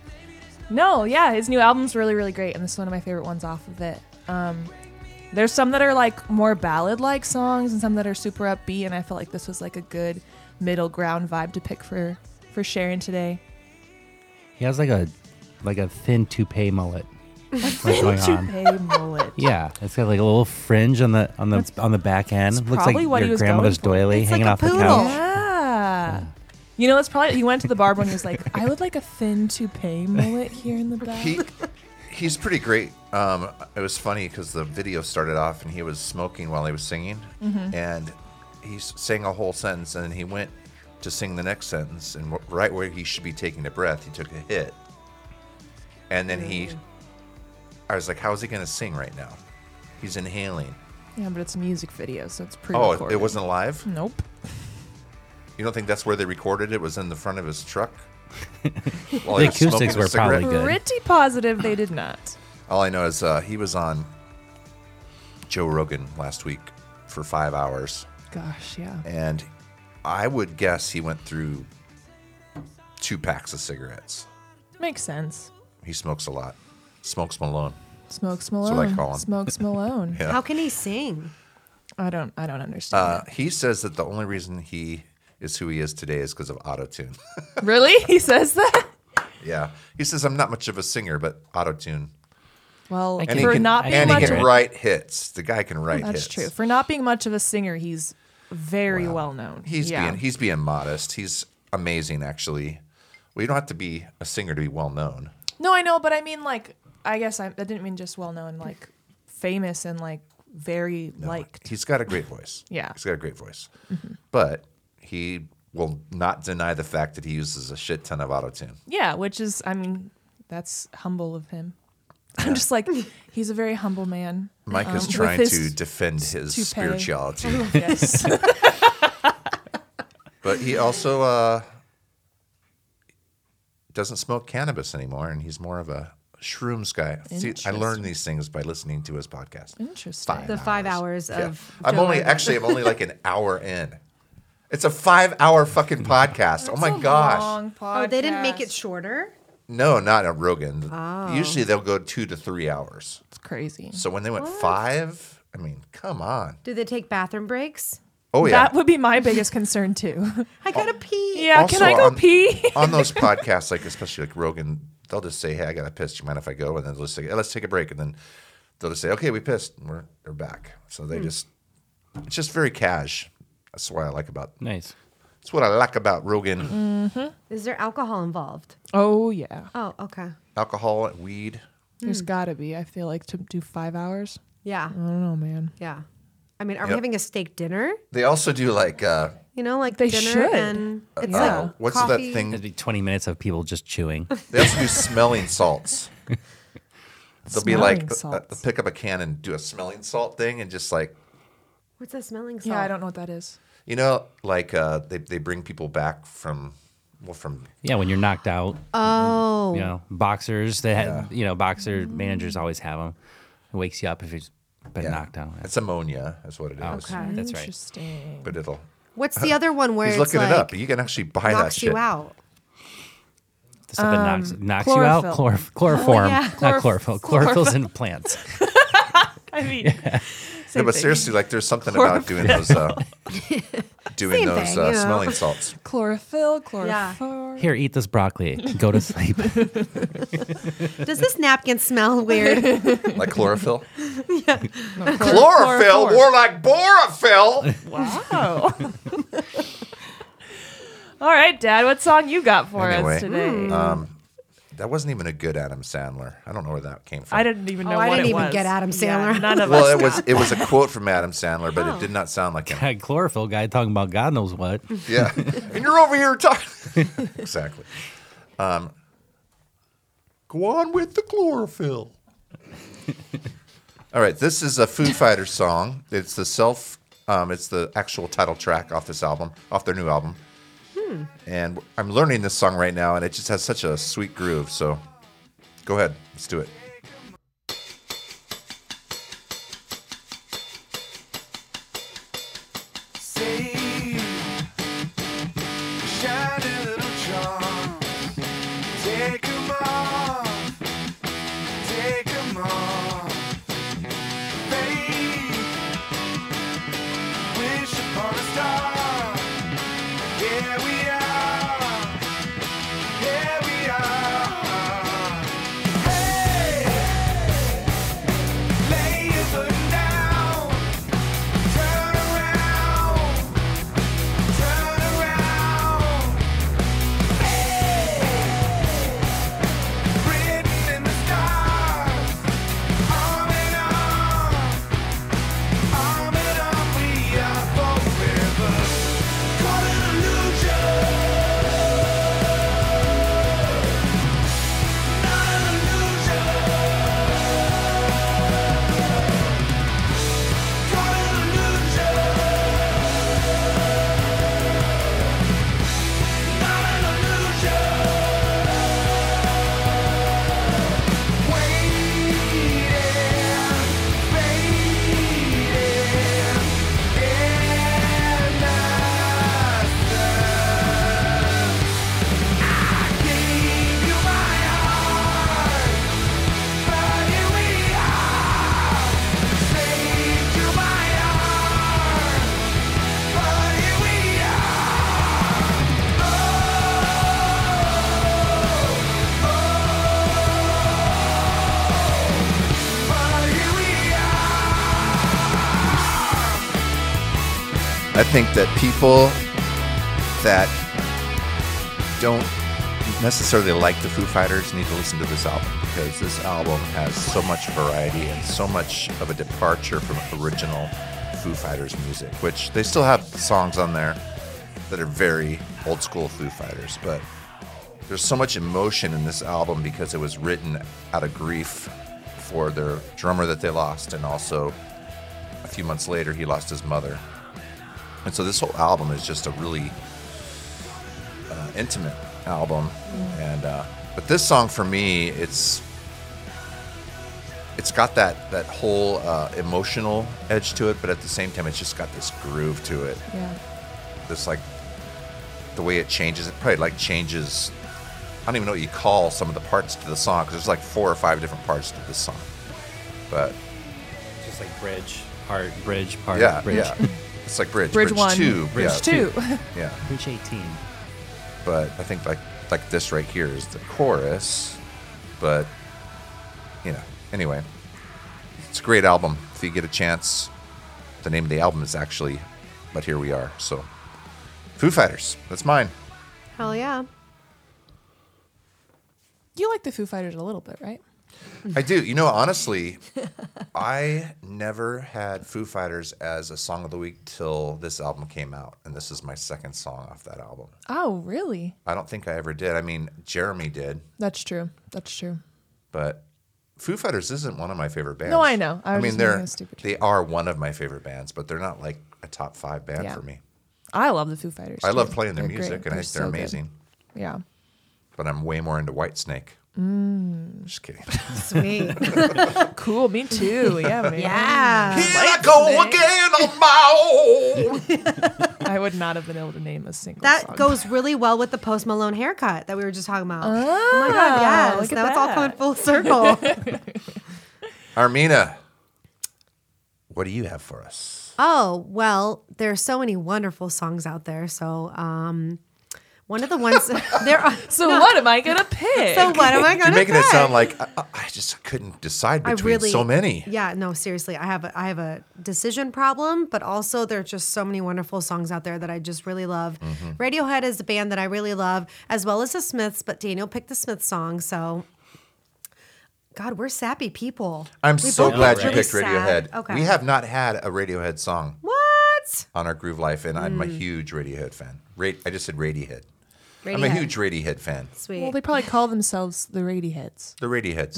Speaker 3: No, yeah, his new album's really, really great, and this is one of my favorite ones off of it. Um, there's some that are like more ballad-like songs, and some that are super upbeat, and I felt like this was like a good middle ground vibe to pick for for Sharon today.
Speaker 4: he has like a like a thin toupee mullet. like going on.
Speaker 3: Hey, mullet.
Speaker 4: Yeah, it's got like a little fringe on the on the on the back end.
Speaker 3: that's
Speaker 4: Looks
Speaker 3: probably
Speaker 4: like
Speaker 3: what he
Speaker 4: your
Speaker 3: was going
Speaker 4: grandmother's
Speaker 3: for.
Speaker 4: doily
Speaker 7: It's
Speaker 4: hanging
Speaker 7: like
Speaker 4: off
Speaker 7: a
Speaker 4: the
Speaker 7: poodle.
Speaker 4: couch.
Speaker 3: Yeah. You know, that's probably he went to the barb and he was like, "I would like a thin toupee mullet here in the back."
Speaker 2: He he's pretty great. Um, it was funny because the video started off and he was smoking while he was singing, and he s- sang a whole sentence and then he went to sing the next sentence and wh- right where he should be taking a breath, he took a hit, and then he. I was like, "How is he going to sing right now? He's inhaling."
Speaker 3: yeah, but it's a music video, so it's pretty.
Speaker 2: Oh, it, it wasn't live.
Speaker 3: Nope.
Speaker 2: You don't think that's where they recorded it? Was in the front of his truck. While
Speaker 4: The
Speaker 2: he was smoking
Speaker 4: acoustics
Speaker 2: a
Speaker 4: were
Speaker 2: cigarette?
Speaker 4: probably good.
Speaker 3: Pretty positive they did not.
Speaker 2: All I know is uh, he was on Joe Rogan last week for five hours,
Speaker 3: Gosh, yeah.
Speaker 2: and I would guess he went through two packs of cigarettes.
Speaker 3: Makes sense.
Speaker 2: He smokes a lot. Smokes Malone.
Speaker 3: Smokes
Speaker 2: what I
Speaker 3: Malone.
Speaker 2: call him.
Speaker 3: Smokes Malone.
Speaker 2: Yeah.
Speaker 7: How can he sing?
Speaker 3: I don't. I don't understand.
Speaker 2: Uh, he says that the only reason he is who he is today is because of auto tune.
Speaker 3: that. Really? He says that?
Speaker 2: yeah, he says I'm not much of a singer, but auto tune.
Speaker 3: Well,
Speaker 4: And he
Speaker 3: for
Speaker 2: can,
Speaker 3: not being
Speaker 2: and he
Speaker 3: much.
Speaker 2: can
Speaker 3: Of,
Speaker 2: write hits. The guy can write
Speaker 3: that's
Speaker 2: hits.
Speaker 3: true. For not being much of a singer, he's very well known.
Speaker 2: He's
Speaker 3: yeah.
Speaker 2: being he's being modest. He's amazing, actually. Well, you don't have to be a singer to be well known.
Speaker 3: No, I know, but I mean, like, I guess I, I didn't mean just well known, like famous and like very liked.
Speaker 2: He's got a great voice.
Speaker 3: Yeah. Mm-hmm.
Speaker 2: he's got a great voice, but he will not deny the fact that he uses a shit ton of auto tune.
Speaker 3: Yeah, which is, I mean, that's humble of him. I'm just like, he's a very humble man.
Speaker 2: Mike
Speaker 3: um,
Speaker 2: is
Speaker 3: with
Speaker 2: trying
Speaker 3: his
Speaker 2: to defend his
Speaker 3: toupee.
Speaker 2: spirituality.
Speaker 3: Yes.
Speaker 2: But he also uh, doesn't smoke cannabis anymore, and he's more of a shrooms guy. See, I learned these things by listening to his podcast.
Speaker 3: Interesting.
Speaker 7: The five hours
Speaker 2: Yeah.
Speaker 7: of.
Speaker 2: I'm
Speaker 7: Joe
Speaker 2: only
Speaker 7: Rogan.
Speaker 2: actually I'm only like an hour in. It's a five hour fucking podcast. oh my gosh!
Speaker 7: Oh, they didn't make it shorter.
Speaker 2: No, not a Rogan.
Speaker 7: Oh.
Speaker 2: Usually they'll go two to three hours.
Speaker 3: It's crazy.
Speaker 2: So when they went five, I mean, come on.
Speaker 7: Do they take bathroom breaks?
Speaker 2: Oh yeah.
Speaker 3: That would be my biggest concern too.
Speaker 7: I gotta pee.
Speaker 3: Oh. yeah,
Speaker 2: Also um,
Speaker 3: can I go
Speaker 2: on-
Speaker 3: pee?
Speaker 2: on those podcasts, like especially like Rogan, they'll just say, "Hey, I got to piss. Do you mind if I go?" And then they'll just say, "Hey, "Let's take a break." And then they'll just say, "Okay, we pissed. And we're they're back." So
Speaker 7: Hmm.
Speaker 2: they just it's just very cash. That's what I like about.
Speaker 4: Nice.
Speaker 2: That's what I like about Rogan.
Speaker 7: Mm-hmm. Is there alcohol involved?
Speaker 3: oh yeah,
Speaker 7: Oh, okay.
Speaker 2: Alcohol, weed.
Speaker 3: there's gotta be. I feel like to do five hours.
Speaker 7: Yeah,
Speaker 3: I don't know, man.
Speaker 7: yeah. I mean, are we
Speaker 2: Yep.
Speaker 7: having a steak dinner?
Speaker 2: They also do like uh,
Speaker 7: You know, like
Speaker 3: They
Speaker 7: dinner
Speaker 3: should.
Speaker 7: and it's
Speaker 3: Yeah.
Speaker 2: uh
Speaker 7: like
Speaker 2: what's
Speaker 7: coffee.
Speaker 2: that thing?
Speaker 4: It'd be 20 minutes of people just chewing.
Speaker 2: They also do smelling salts. They'll be like
Speaker 3: Smelling
Speaker 2: uh,
Speaker 3: salts.
Speaker 2: pick up a can and do a smelling salt thing and just like
Speaker 7: What's that smelling salt?
Speaker 3: Yeah, I don't know what that is.
Speaker 2: you know like uh, they they bring people back from well from
Speaker 4: yeah, when you're knocked out,
Speaker 7: Oh,
Speaker 4: you know, boxers, they have, you know, boxer managers always have them. It wakes you up if you've been knocked out.
Speaker 2: It's ammonia, is what it is.
Speaker 7: Oh, okay.
Speaker 4: That's right.
Speaker 3: Interesting.
Speaker 2: But it'll.
Speaker 7: What's the other one where
Speaker 2: He's
Speaker 7: it's
Speaker 2: looking
Speaker 7: like
Speaker 2: it up. You can actually buy that
Speaker 7: knocks
Speaker 2: shit.
Speaker 7: you out?
Speaker 4: The stuff that knocks, knocks you out. Chlor- chloroform.
Speaker 7: yeah.
Speaker 3: Chlorf-
Speaker 4: Not chlorophyll. Chlorophyll's in plants.
Speaker 3: I mean,
Speaker 2: No,
Speaker 3: same
Speaker 2: but
Speaker 3: thing.
Speaker 2: seriously, like there's something about doing those, uh, doing
Speaker 7: Same
Speaker 2: those
Speaker 7: thing,
Speaker 2: uh,
Speaker 7: you know.
Speaker 2: smelling salts.
Speaker 3: chlorophyll, chloroform.
Speaker 4: Here, eat this broccoli. Go to sleep.
Speaker 7: Does this napkin smell weird?
Speaker 2: Like chlorophyll.
Speaker 3: No, chlor-
Speaker 2: chlorophyll,
Speaker 3: chloroform.
Speaker 2: more like borophyll.
Speaker 3: Wow. All right, Dad, what song you got for
Speaker 2: Anyway. uh,
Speaker 3: us today?
Speaker 2: that wasn't even a good Adam Sandler. I don't know where that came from.
Speaker 3: I didn't even know
Speaker 7: oh,
Speaker 3: what
Speaker 7: I didn't
Speaker 3: it
Speaker 7: even
Speaker 3: was.
Speaker 7: get Adam
Speaker 3: Yeah,
Speaker 7: Sandler.
Speaker 3: none of
Speaker 2: well,
Speaker 3: us.
Speaker 2: it was it was a quote from Adam Sandler, but it
Speaker 3: Oh.
Speaker 2: did not sound like him.
Speaker 4: That chlorophyll guy talking about God knows what.
Speaker 2: Yeah, and you're over here talking. exactly. Um, go on with the chlorophyll. All right, this is a Foo Fighters song. It's the self. Um, it's the actual title track off this album, off their new album. Hmm. And I'm learning this song right now, and it just has such a sweet groove. So, go ahead, let's do it.
Speaker 8: Take 'em off, take 'em off, babe. Wish upon a star. Here we are, here we are. Hey,
Speaker 2: I think that people that don't necessarily like the Foo Fighters need to listen to this album because this album has so much variety and so much of a departure from original Foo Fighters music, which they still have songs on there that are very old school Foo Fighters, but there's so much emotion in this album because it was written out of grief for their drummer that they lost and also a few months later he lost his mother and so this whole album is just a really uh, intimate album and uh, but this song for me it's it's got that that whole uh, emotional edge to it but at the same time it's just got this groove to it
Speaker 3: Yeah.
Speaker 2: this like the way it changes it probably like changes i don't even know what you call some of the parts to the song because there's like four or five different parts to this song but
Speaker 4: Just like bridge, part, bridge, part,
Speaker 2: yeah
Speaker 4: bridge.
Speaker 2: yeah it's like bridge
Speaker 3: Bridge, one,
Speaker 2: two
Speaker 3: bridge
Speaker 2: yeah,
Speaker 3: two.
Speaker 2: yeah
Speaker 4: Bridge 18.
Speaker 2: but i think like like this right here is the chorus but you know anyway it's a great album if you get a chance the name of the album is actually but here we are so foo fighters that's mine
Speaker 7: Hell yeah.
Speaker 3: you like the Foo Fighters a little bit, right?
Speaker 2: I do. You know, honestly, I never had Foo Fighters as a song of the week till this album came out, and this is my second song off that album.
Speaker 3: Oh, really?
Speaker 2: I don't think I ever did. I mean, Jeremy did,
Speaker 3: That's true. That's true.
Speaker 2: but Foo Fighters isn't one of my favorite bands.
Speaker 3: No, I know. I was
Speaker 2: mean,
Speaker 3: just making
Speaker 2: they're
Speaker 3: a stupid joke.
Speaker 2: they are one of my favorite bands, but they're not like a top five band
Speaker 3: Yeah.
Speaker 2: for me.
Speaker 3: I love the Foo Fighters.
Speaker 2: I
Speaker 3: too.
Speaker 2: love playing their
Speaker 3: They're great.
Speaker 2: music, and I think they're
Speaker 3: so good.
Speaker 2: amazing.
Speaker 3: Yeah.
Speaker 2: But I'm way more into Whitesnake.
Speaker 3: Mm.
Speaker 2: Just kidding.
Speaker 7: Sweet.
Speaker 3: Cool. Me too. Yeah, man.
Speaker 7: yeah.
Speaker 2: Here I go again on my own.
Speaker 3: I would not have been able to name a single
Speaker 7: That
Speaker 3: song.
Speaker 7: goes really well with the Post Malone haircut that we were just talking about.
Speaker 3: Oh,
Speaker 7: my God, yes.
Speaker 3: look at
Speaker 7: Now it's all
Speaker 3: that.
Speaker 7: coming full circle.
Speaker 2: Armina, what do you have for us?
Speaker 7: Oh, well, there are so many wonderful songs out there. So, um, one of the ones there are.
Speaker 3: So what am I gonna pick?
Speaker 7: So, what am I going to
Speaker 2: You're making it sound like I, I- I just couldn't decide
Speaker 7: I
Speaker 2: between
Speaker 7: really,
Speaker 2: so many.
Speaker 7: Yeah, no, seriously, I have a, I have a decision problem, but also there are just so many wonderful songs out there that I just really love.
Speaker 2: Mm-hmm.
Speaker 7: Radiohead is a band that I really love, as well as the Smiths. But Daniel picked the Smiths song, so God, we're sappy people.
Speaker 2: I'm
Speaker 7: We
Speaker 2: so
Speaker 7: both
Speaker 2: glad
Speaker 7: got
Speaker 2: you
Speaker 7: really
Speaker 2: picked
Speaker 7: sad-
Speaker 2: Radiohead.
Speaker 7: Okay,
Speaker 2: We have not had a Radiohead song
Speaker 7: what?
Speaker 2: on our Groove Life, and I'm a
Speaker 7: Mm.
Speaker 2: huge Radiohead fan. Ra- I just said Radiohead. I'm a
Speaker 7: Radiohead.
Speaker 2: huge Radiohead fan.
Speaker 7: Sweet.
Speaker 3: well, they probably call themselves the Radioheads.
Speaker 2: The Radioheads.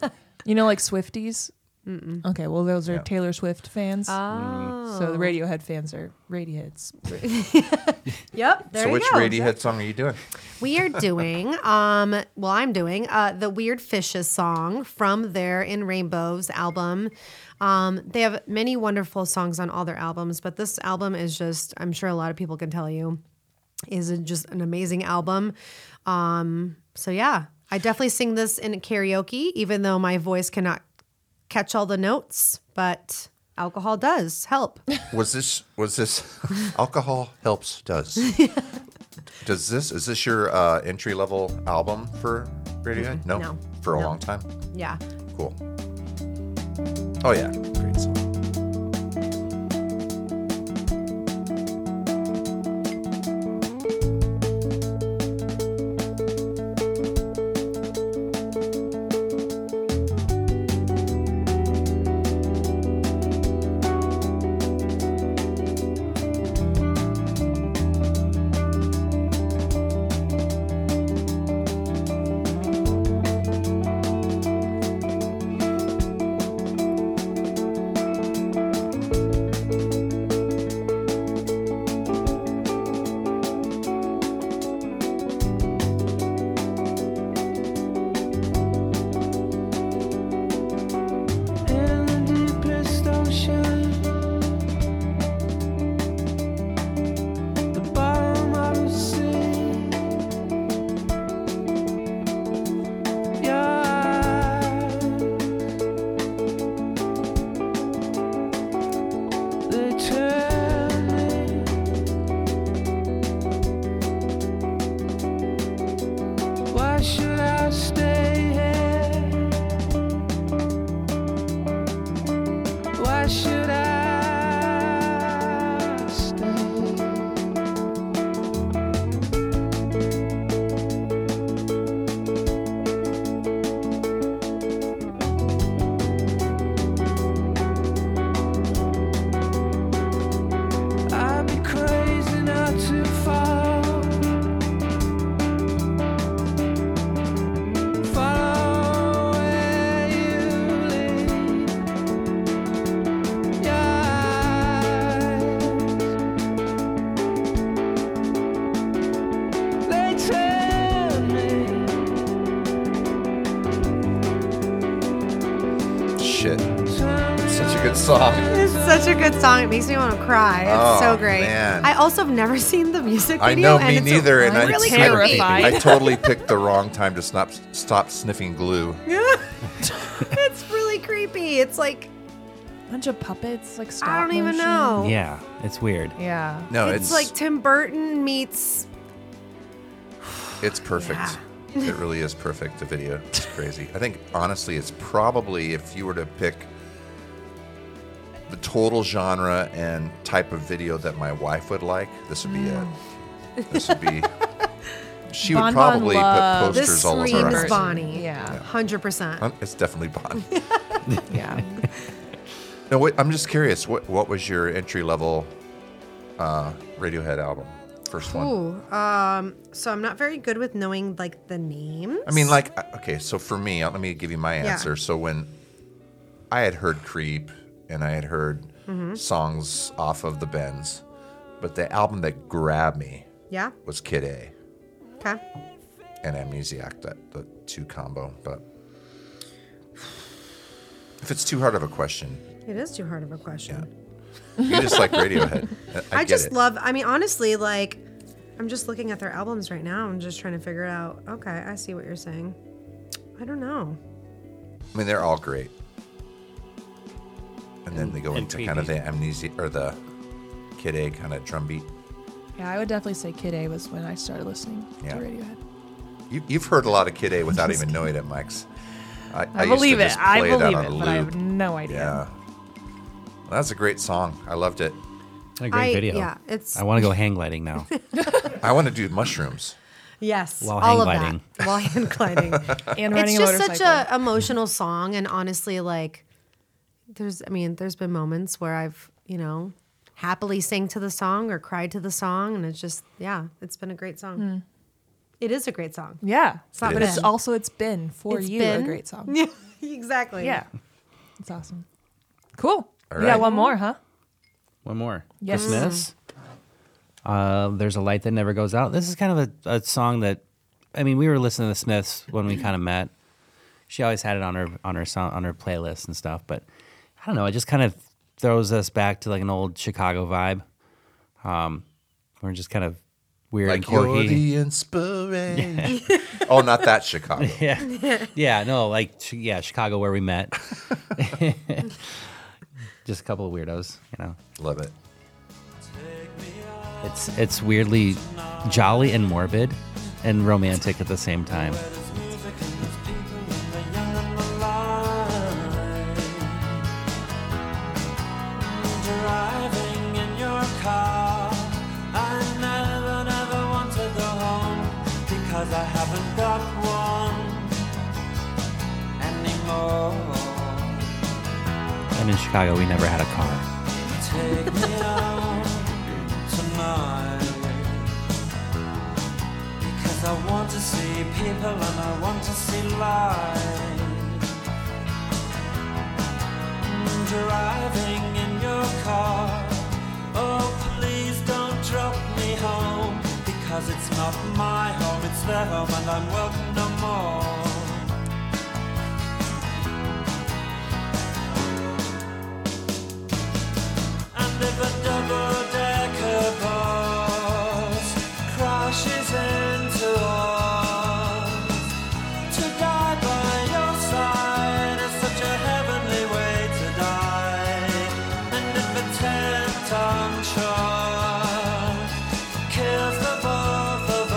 Speaker 2: Yeah.
Speaker 3: You know, like Swifties. Mm-mm. Okay, well, those are Taylor Swift fans. Oh. So the Radiohead fans are Radioheads.
Speaker 7: yep. There
Speaker 2: so,
Speaker 7: you
Speaker 2: which
Speaker 7: go.
Speaker 2: Radiohead song are you doing?
Speaker 7: We are doing, um, well, I'm doing uh, the Weird Fishes song from their In Rainbows album. Um, they have many wonderful songs on all their albums, but this album is just, I'm sure a lot of people can tell you, is a- just an amazing album. Um, so, yeah, I definitely sing this in karaoke, even though my voice cannot catch all the notes, but alcohol does help.
Speaker 2: Was this was this alcohol helps does? Does this is this your uh, entry level album for Radiohead? No,
Speaker 7: Mm-hmm. No.
Speaker 2: for a
Speaker 7: No.
Speaker 2: long time.
Speaker 7: yeah.
Speaker 2: Cool. Oh yeah, great song. shit. Such a good song.
Speaker 7: It's such a good song. It makes me want to cry. It's
Speaker 2: Oh,
Speaker 7: so great.
Speaker 2: man.
Speaker 7: I also have never seen the music
Speaker 2: I know
Speaker 7: video.
Speaker 2: me
Speaker 7: and it's
Speaker 2: neither, and I,
Speaker 7: really
Speaker 2: I-
Speaker 7: creepy.
Speaker 3: terrified.
Speaker 2: I totally picked the wrong time to stop stop sniffing glue.
Speaker 7: it's really creepy. It's like
Speaker 3: bunch of puppets, like stop
Speaker 7: I don't even
Speaker 3: motion.
Speaker 7: know.
Speaker 4: Yeah, it's weird.
Speaker 3: Yeah.
Speaker 2: No,
Speaker 7: it's,
Speaker 2: it's
Speaker 7: like Tim Burton meets.
Speaker 2: It's perfect. It really is perfect. The video, it's crazy. I think honestly, it's probably if you were to pick the total genre and type of video that my wife would like, this would be
Speaker 7: Mm.
Speaker 2: it. This would be. She
Speaker 3: Bon
Speaker 2: would
Speaker 3: Bon
Speaker 2: probably put
Speaker 3: loves
Speaker 2: posters
Speaker 7: This
Speaker 2: all over
Speaker 7: scream
Speaker 2: her
Speaker 7: is
Speaker 2: house.
Speaker 7: Bonnie.
Speaker 3: Yeah.
Speaker 7: hundred percent.
Speaker 2: Um, It's definitely Bond.
Speaker 3: Yeah.
Speaker 2: no, wait, I'm just curious. What what was your entry level uh, Radiohead album? First one.
Speaker 7: Ooh, um, so I'm not very good with knowing like the names.
Speaker 2: I mean, like, I- okay, so for me, uh, let me give you my answer. So when I had heard Creep and I had heard
Speaker 7: Mm-hmm.
Speaker 2: songs off of the Bends, but the album that grabbed me
Speaker 7: yeah,
Speaker 2: was Kid A
Speaker 7: okay.
Speaker 2: and Amnesiac, that the two combo. But if it's too hard of a question,
Speaker 7: It is too hard of a question.
Speaker 2: you just like Radiohead. I,
Speaker 7: I,
Speaker 2: get
Speaker 7: just
Speaker 2: it.
Speaker 7: love. I mean, honestly, like I'm just looking at their albums right now. I'm just trying to figure out. Okay, I see what you're saying. I don't know.
Speaker 2: I mean, they're all great. And then they go
Speaker 4: And
Speaker 2: into kind of the
Speaker 4: creepy.
Speaker 2: amnesia or the Kid A kind of drum beat.
Speaker 3: Yeah, I would definitely say Kid A was when I started listening
Speaker 2: Yeah.
Speaker 3: to Radiohead.
Speaker 2: You, you've heard a lot of Kid A without even knowing it, Mike's. I,
Speaker 3: I,
Speaker 2: used to
Speaker 3: believe it.
Speaker 2: just
Speaker 3: I
Speaker 2: play that
Speaker 3: believe
Speaker 2: on
Speaker 3: it,
Speaker 2: a
Speaker 3: but I have
Speaker 2: loop.
Speaker 3: no idea.
Speaker 2: Yeah. Well, that's a great song. I loved it.
Speaker 4: A great
Speaker 7: I-
Speaker 4: video.
Speaker 7: yeah, it's-
Speaker 4: I want to go hang gliding now.
Speaker 2: I want to do mushrooms.
Speaker 7: Yes,
Speaker 4: While
Speaker 7: all of
Speaker 4: hang
Speaker 7: that while hand gliding.
Speaker 3: And
Speaker 7: it's
Speaker 3: riding
Speaker 7: just
Speaker 3: a
Speaker 7: such
Speaker 3: motorcycle.
Speaker 7: a emotional song, and honestly, like there's. I mean, there's been moments where I've you know happily sang to the song or cried to the song, and it's just yeah, it's been a great song. Hmm. It is a great song.
Speaker 3: yeah.
Speaker 7: not
Speaker 3: but it's
Speaker 7: been.
Speaker 3: also it's been for
Speaker 7: It's
Speaker 3: you
Speaker 7: been.
Speaker 3: a great song.
Speaker 7: Yeah, exactly.
Speaker 3: Yeah. It's awesome. Cool.
Speaker 2: All
Speaker 3: Yeah,
Speaker 2: right.
Speaker 3: one more, huh?
Speaker 4: One more.
Speaker 3: Yes.
Speaker 4: Dismiss. Uh, There's a light that never goes out. This is kind of a, a song that, I mean, we were listening to the Smiths when we kind of met. She always had it on her on her sound, on her playlist and stuff. But I don't know. It just kind of throws us back to like an old Chicago vibe. Um, we're just kind of weird and
Speaker 2: Like you're
Speaker 4: quirky.
Speaker 2: the inspiration. oh, not that Chicago.
Speaker 4: yeah, no, like Chi- yeah, Chicago where we met. just a couple of weirdos, you know.
Speaker 2: Love it.
Speaker 4: It's it's weirdly jolly and morbid and romantic at the same time.
Speaker 8: Driving in your car, I never, never want to go home because I haven't got one anymore.
Speaker 4: And in Chicago, we never had a car.
Speaker 8: Take me out tonight because I want to see people and I want to see life. Driving in your car, oh please don't drop me home because it's not my home, it's their home and I'm welcome no more. And if a double-decker bus crashes into us, to die by your side is such a heavenly way to die. And if a ten-ton truck kills the both of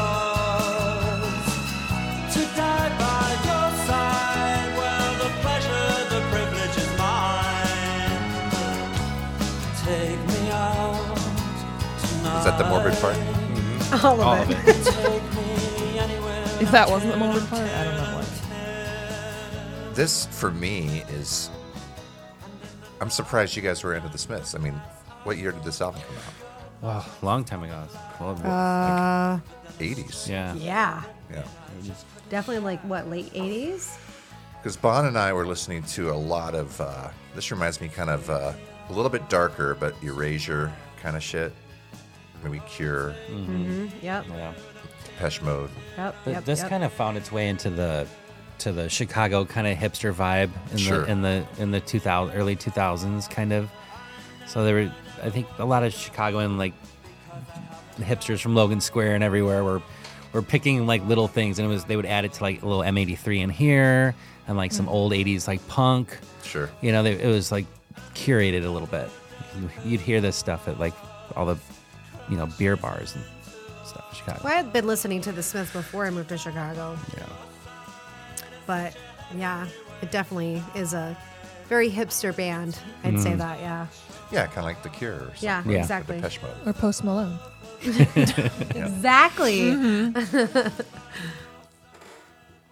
Speaker 8: us, to die by your side, well the pleasure, the privilege is mine. Take me out tonight.
Speaker 2: Is that the morbid part?
Speaker 7: all of it.
Speaker 8: Take me anywhere.
Speaker 3: If that wasn't the moment part, I don't know what.
Speaker 2: This for me is. I'm surprised you guys were into the Smiths. I mean, what year did this album come out?
Speaker 4: Oh, long time ago. Well,
Speaker 2: 80s.
Speaker 4: yeah.
Speaker 7: Yeah.
Speaker 2: Yeah.
Speaker 7: Definitely like what, late 80s?
Speaker 2: Because Bon and I were listening to a lot of. Uh, this reminds me kind of uh, a little bit darker, but Erasure kind of shit. Maybe Cure,
Speaker 7: Yep.
Speaker 4: yeah.
Speaker 2: Depeche Mode.
Speaker 7: Yep.
Speaker 4: But this kind of found its way into the to the Chicago kind of hipster vibe in
Speaker 2: Sure.
Speaker 4: the in the in the 2000 early 2000s kind of. So there were I think a lot of Chicagoan like hipsters from Logan Square and everywhere were were picking like little things and it was they would add it to like a little M83 in here and like some old 80s like punk.
Speaker 2: Sure.
Speaker 4: You know, they, it was like curated a little bit. You'd hear this stuff at like all the you know beer bars and stuff in Chicago.
Speaker 7: Well, I had been listening to the Smiths before I moved to Chicago,
Speaker 4: Yeah.
Speaker 7: but yeah, it definitely is a very hipster band. I'd say that, yeah.
Speaker 2: Yeah, kind of like The Cure. Or something.
Speaker 7: Yeah,
Speaker 4: Mm-hmm. Yeah.
Speaker 2: The
Speaker 7: exactly.
Speaker 2: Depeche Mode.
Speaker 3: Or Post Malone.
Speaker 7: Exactly.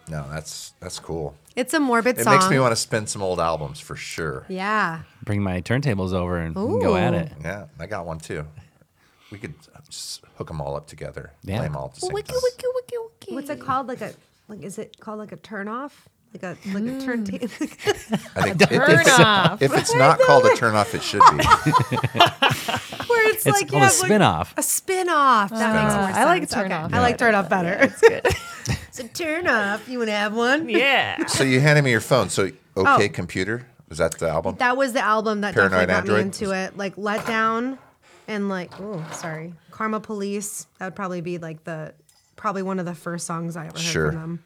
Speaker 2: No, that's that's cool.
Speaker 7: It's a morbid
Speaker 2: It
Speaker 7: song.
Speaker 2: makes me want to spin some old albums for sure. Yeah.
Speaker 7: Yeah.
Speaker 4: Bring my turntables over and we can go at
Speaker 7: Ooh.
Speaker 4: it.
Speaker 2: I got one too. We could uh, just hook them all up together.
Speaker 4: Yeah.
Speaker 2: Play them all at the same time.
Speaker 7: What's it called? Like a like is it called like a turn off? Like a like a
Speaker 3: Hmm.
Speaker 7: turntable.
Speaker 2: I think if
Speaker 3: Turn
Speaker 2: it's,
Speaker 3: off.
Speaker 2: if it's not called a turn off, it should be.
Speaker 7: Where it's,
Speaker 4: It's
Speaker 7: like
Speaker 4: called
Speaker 7: yeah,
Speaker 4: a spin off.
Speaker 7: Like a spin off. That makes more sense.
Speaker 3: I like
Speaker 7: Okay.
Speaker 3: turn off
Speaker 7: I like
Speaker 3: better.
Speaker 7: turn off better. it's good. so turn off. You wanna have one?
Speaker 3: Yeah.
Speaker 2: so you handed me your phone. So okay,
Speaker 7: Oh.
Speaker 2: computer was that the album?
Speaker 7: That was the album that
Speaker 2: Paranoid
Speaker 7: definitely got
Speaker 2: Android?
Speaker 7: me into it. Like Let Down and like oh sorry. Karma Police. That would probably be like the probably one of the first songs I ever heard
Speaker 2: Sure.
Speaker 7: from them.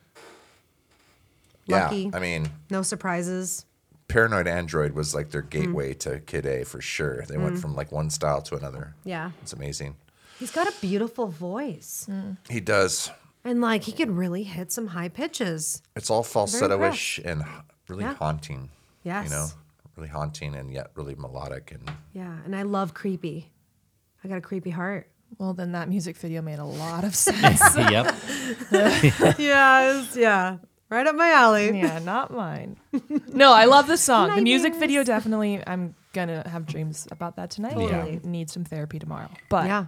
Speaker 7: Lucky.
Speaker 2: Yeah, I mean,
Speaker 7: No surprises.
Speaker 2: Paranoid Android was like their
Speaker 7: Mm-hmm.
Speaker 2: gateway to Kid A for sure. They went from like one style to another.
Speaker 7: Mm. Yeah.
Speaker 2: It's amazing.
Speaker 7: He's got a beautiful voice.
Speaker 2: He does.
Speaker 7: And like he could really hit some high pitches.
Speaker 2: It's all falsetto-ish and h- really
Speaker 7: Yeah.
Speaker 2: haunting.
Speaker 7: Yes.
Speaker 2: You know, really haunting and yet really melodic and
Speaker 7: Yeah, and I love creepy. I got a creepy heart.
Speaker 3: Well, then that music video made a lot of sense.
Speaker 4: yep.
Speaker 7: yes, yeah. Right up my alley.
Speaker 3: yeah, not mine. No, I love the song. The music video definitely. I'm gonna have dreams about that tonight.
Speaker 4: Totally.
Speaker 3: Need some therapy tomorrow. But
Speaker 7: Yeah.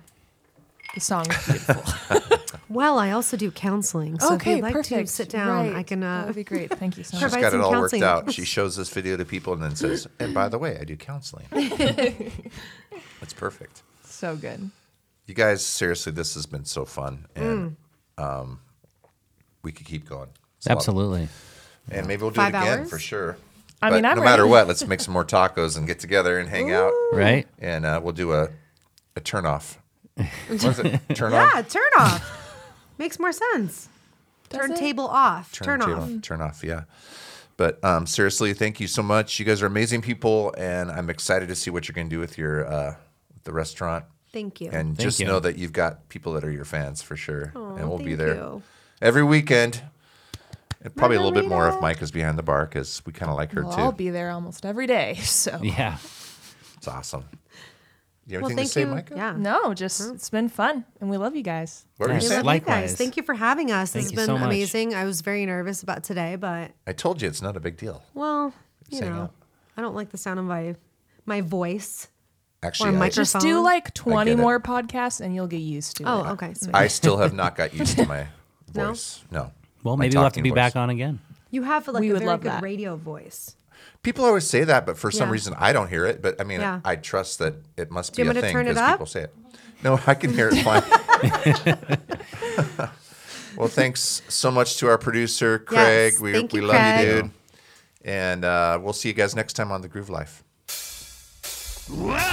Speaker 3: the song is beautiful.
Speaker 7: Well, I also do counseling.
Speaker 3: Oh,
Speaker 7: So if you'd like to sit down,
Speaker 3: Right.
Speaker 7: I can
Speaker 3: That
Speaker 7: uh
Speaker 3: would be great. Thank you so much.
Speaker 2: she's
Speaker 7: Provide
Speaker 2: got it
Speaker 7: some
Speaker 2: all
Speaker 7: counseling.
Speaker 2: worked out. She shows this video to people and then says, "And by the way, I do counseling." That's perfect.
Speaker 3: So good.
Speaker 2: You guys, seriously, this has been so fun, and um,
Speaker 7: Mm.
Speaker 2: we could keep going. It's a lot of-
Speaker 4: Absolutely.
Speaker 2: and maybe we'll do
Speaker 7: Five
Speaker 2: it again
Speaker 7: hours?
Speaker 2: for sure.
Speaker 3: I
Speaker 2: But
Speaker 3: mean, I'm
Speaker 2: no matter
Speaker 3: ready.
Speaker 2: what, let's make some more tacos and get together and hang out,
Speaker 4: Right?
Speaker 2: and uh, we'll do a a turn off. What is it? Turn
Speaker 7: Yeah,
Speaker 2: off.
Speaker 7: turn off. Makes more sense. Turntable off. Turn, off.
Speaker 2: table- Turn off. Yeah. But um, seriously, thank you so much. You guys are amazing people, and I'm excited to see what you're going to do with your uh, with the restaurant.
Speaker 7: Thank you.
Speaker 2: And just
Speaker 4: you.
Speaker 2: know that you've got people that are your fans for sure, and we'll be
Speaker 7: thank
Speaker 2: there
Speaker 7: you.
Speaker 2: every weekend. And probably a little bit more if
Speaker 7: Margarita.
Speaker 2: Mike is behind the bar because we kind of like her
Speaker 3: Well,
Speaker 2: too.
Speaker 3: I'll be there almost every day. So
Speaker 4: Yeah.
Speaker 2: it's awesome. You have
Speaker 7: well,
Speaker 2: anything
Speaker 7: thank
Speaker 2: to say,
Speaker 7: you.
Speaker 2: Mike?
Speaker 7: Yeah.
Speaker 3: no, just it's been fun, and we love you guys.
Speaker 2: What were you
Speaker 4: Yes.
Speaker 7: We
Speaker 2: saying?
Speaker 7: love you
Speaker 4: Likewise.
Speaker 7: guys. Thank you for having us.
Speaker 4: Thank
Speaker 7: this
Speaker 4: you
Speaker 7: has
Speaker 4: so
Speaker 7: been
Speaker 4: much.
Speaker 7: amazing. I was very nervous about today, but
Speaker 2: I told you it's not a big deal.
Speaker 7: well, you
Speaker 2: Sang
Speaker 7: know,
Speaker 2: out.
Speaker 7: I don't like the sound of my my voice.
Speaker 2: Actually, I,
Speaker 7: micro-
Speaker 3: Just do
Speaker 7: Microphone?
Speaker 3: like 20
Speaker 2: it.
Speaker 3: more podcasts, and you'll get used to it.
Speaker 7: Oh, okay. Sweet.
Speaker 2: I still have not got used to my
Speaker 7: No?
Speaker 2: voice. No.
Speaker 4: Well,
Speaker 2: My
Speaker 4: maybe we'll have to
Speaker 2: talking
Speaker 4: be
Speaker 2: voice.
Speaker 4: back on again.
Speaker 7: You have like
Speaker 3: We
Speaker 7: a
Speaker 3: would
Speaker 7: very
Speaker 3: love
Speaker 7: good
Speaker 3: that.
Speaker 7: radio voice.
Speaker 2: People always say that, but for some
Speaker 7: Yeah.
Speaker 2: reason I don't hear it. But I mean,
Speaker 7: Yeah.
Speaker 2: I trust that it must
Speaker 7: Do you
Speaker 2: be a
Speaker 7: want me to
Speaker 2: thing
Speaker 7: turn it
Speaker 2: because
Speaker 7: up?
Speaker 2: people say it. No, I can hear it fine. well, thanks so much to our producer Craig.
Speaker 7: Yes,
Speaker 2: we
Speaker 7: thank
Speaker 2: we
Speaker 7: you,
Speaker 2: love you,
Speaker 7: Craig.
Speaker 2: dude. And uh, we'll see you guys next time on the Groove Life.
Speaker 5: Whoa!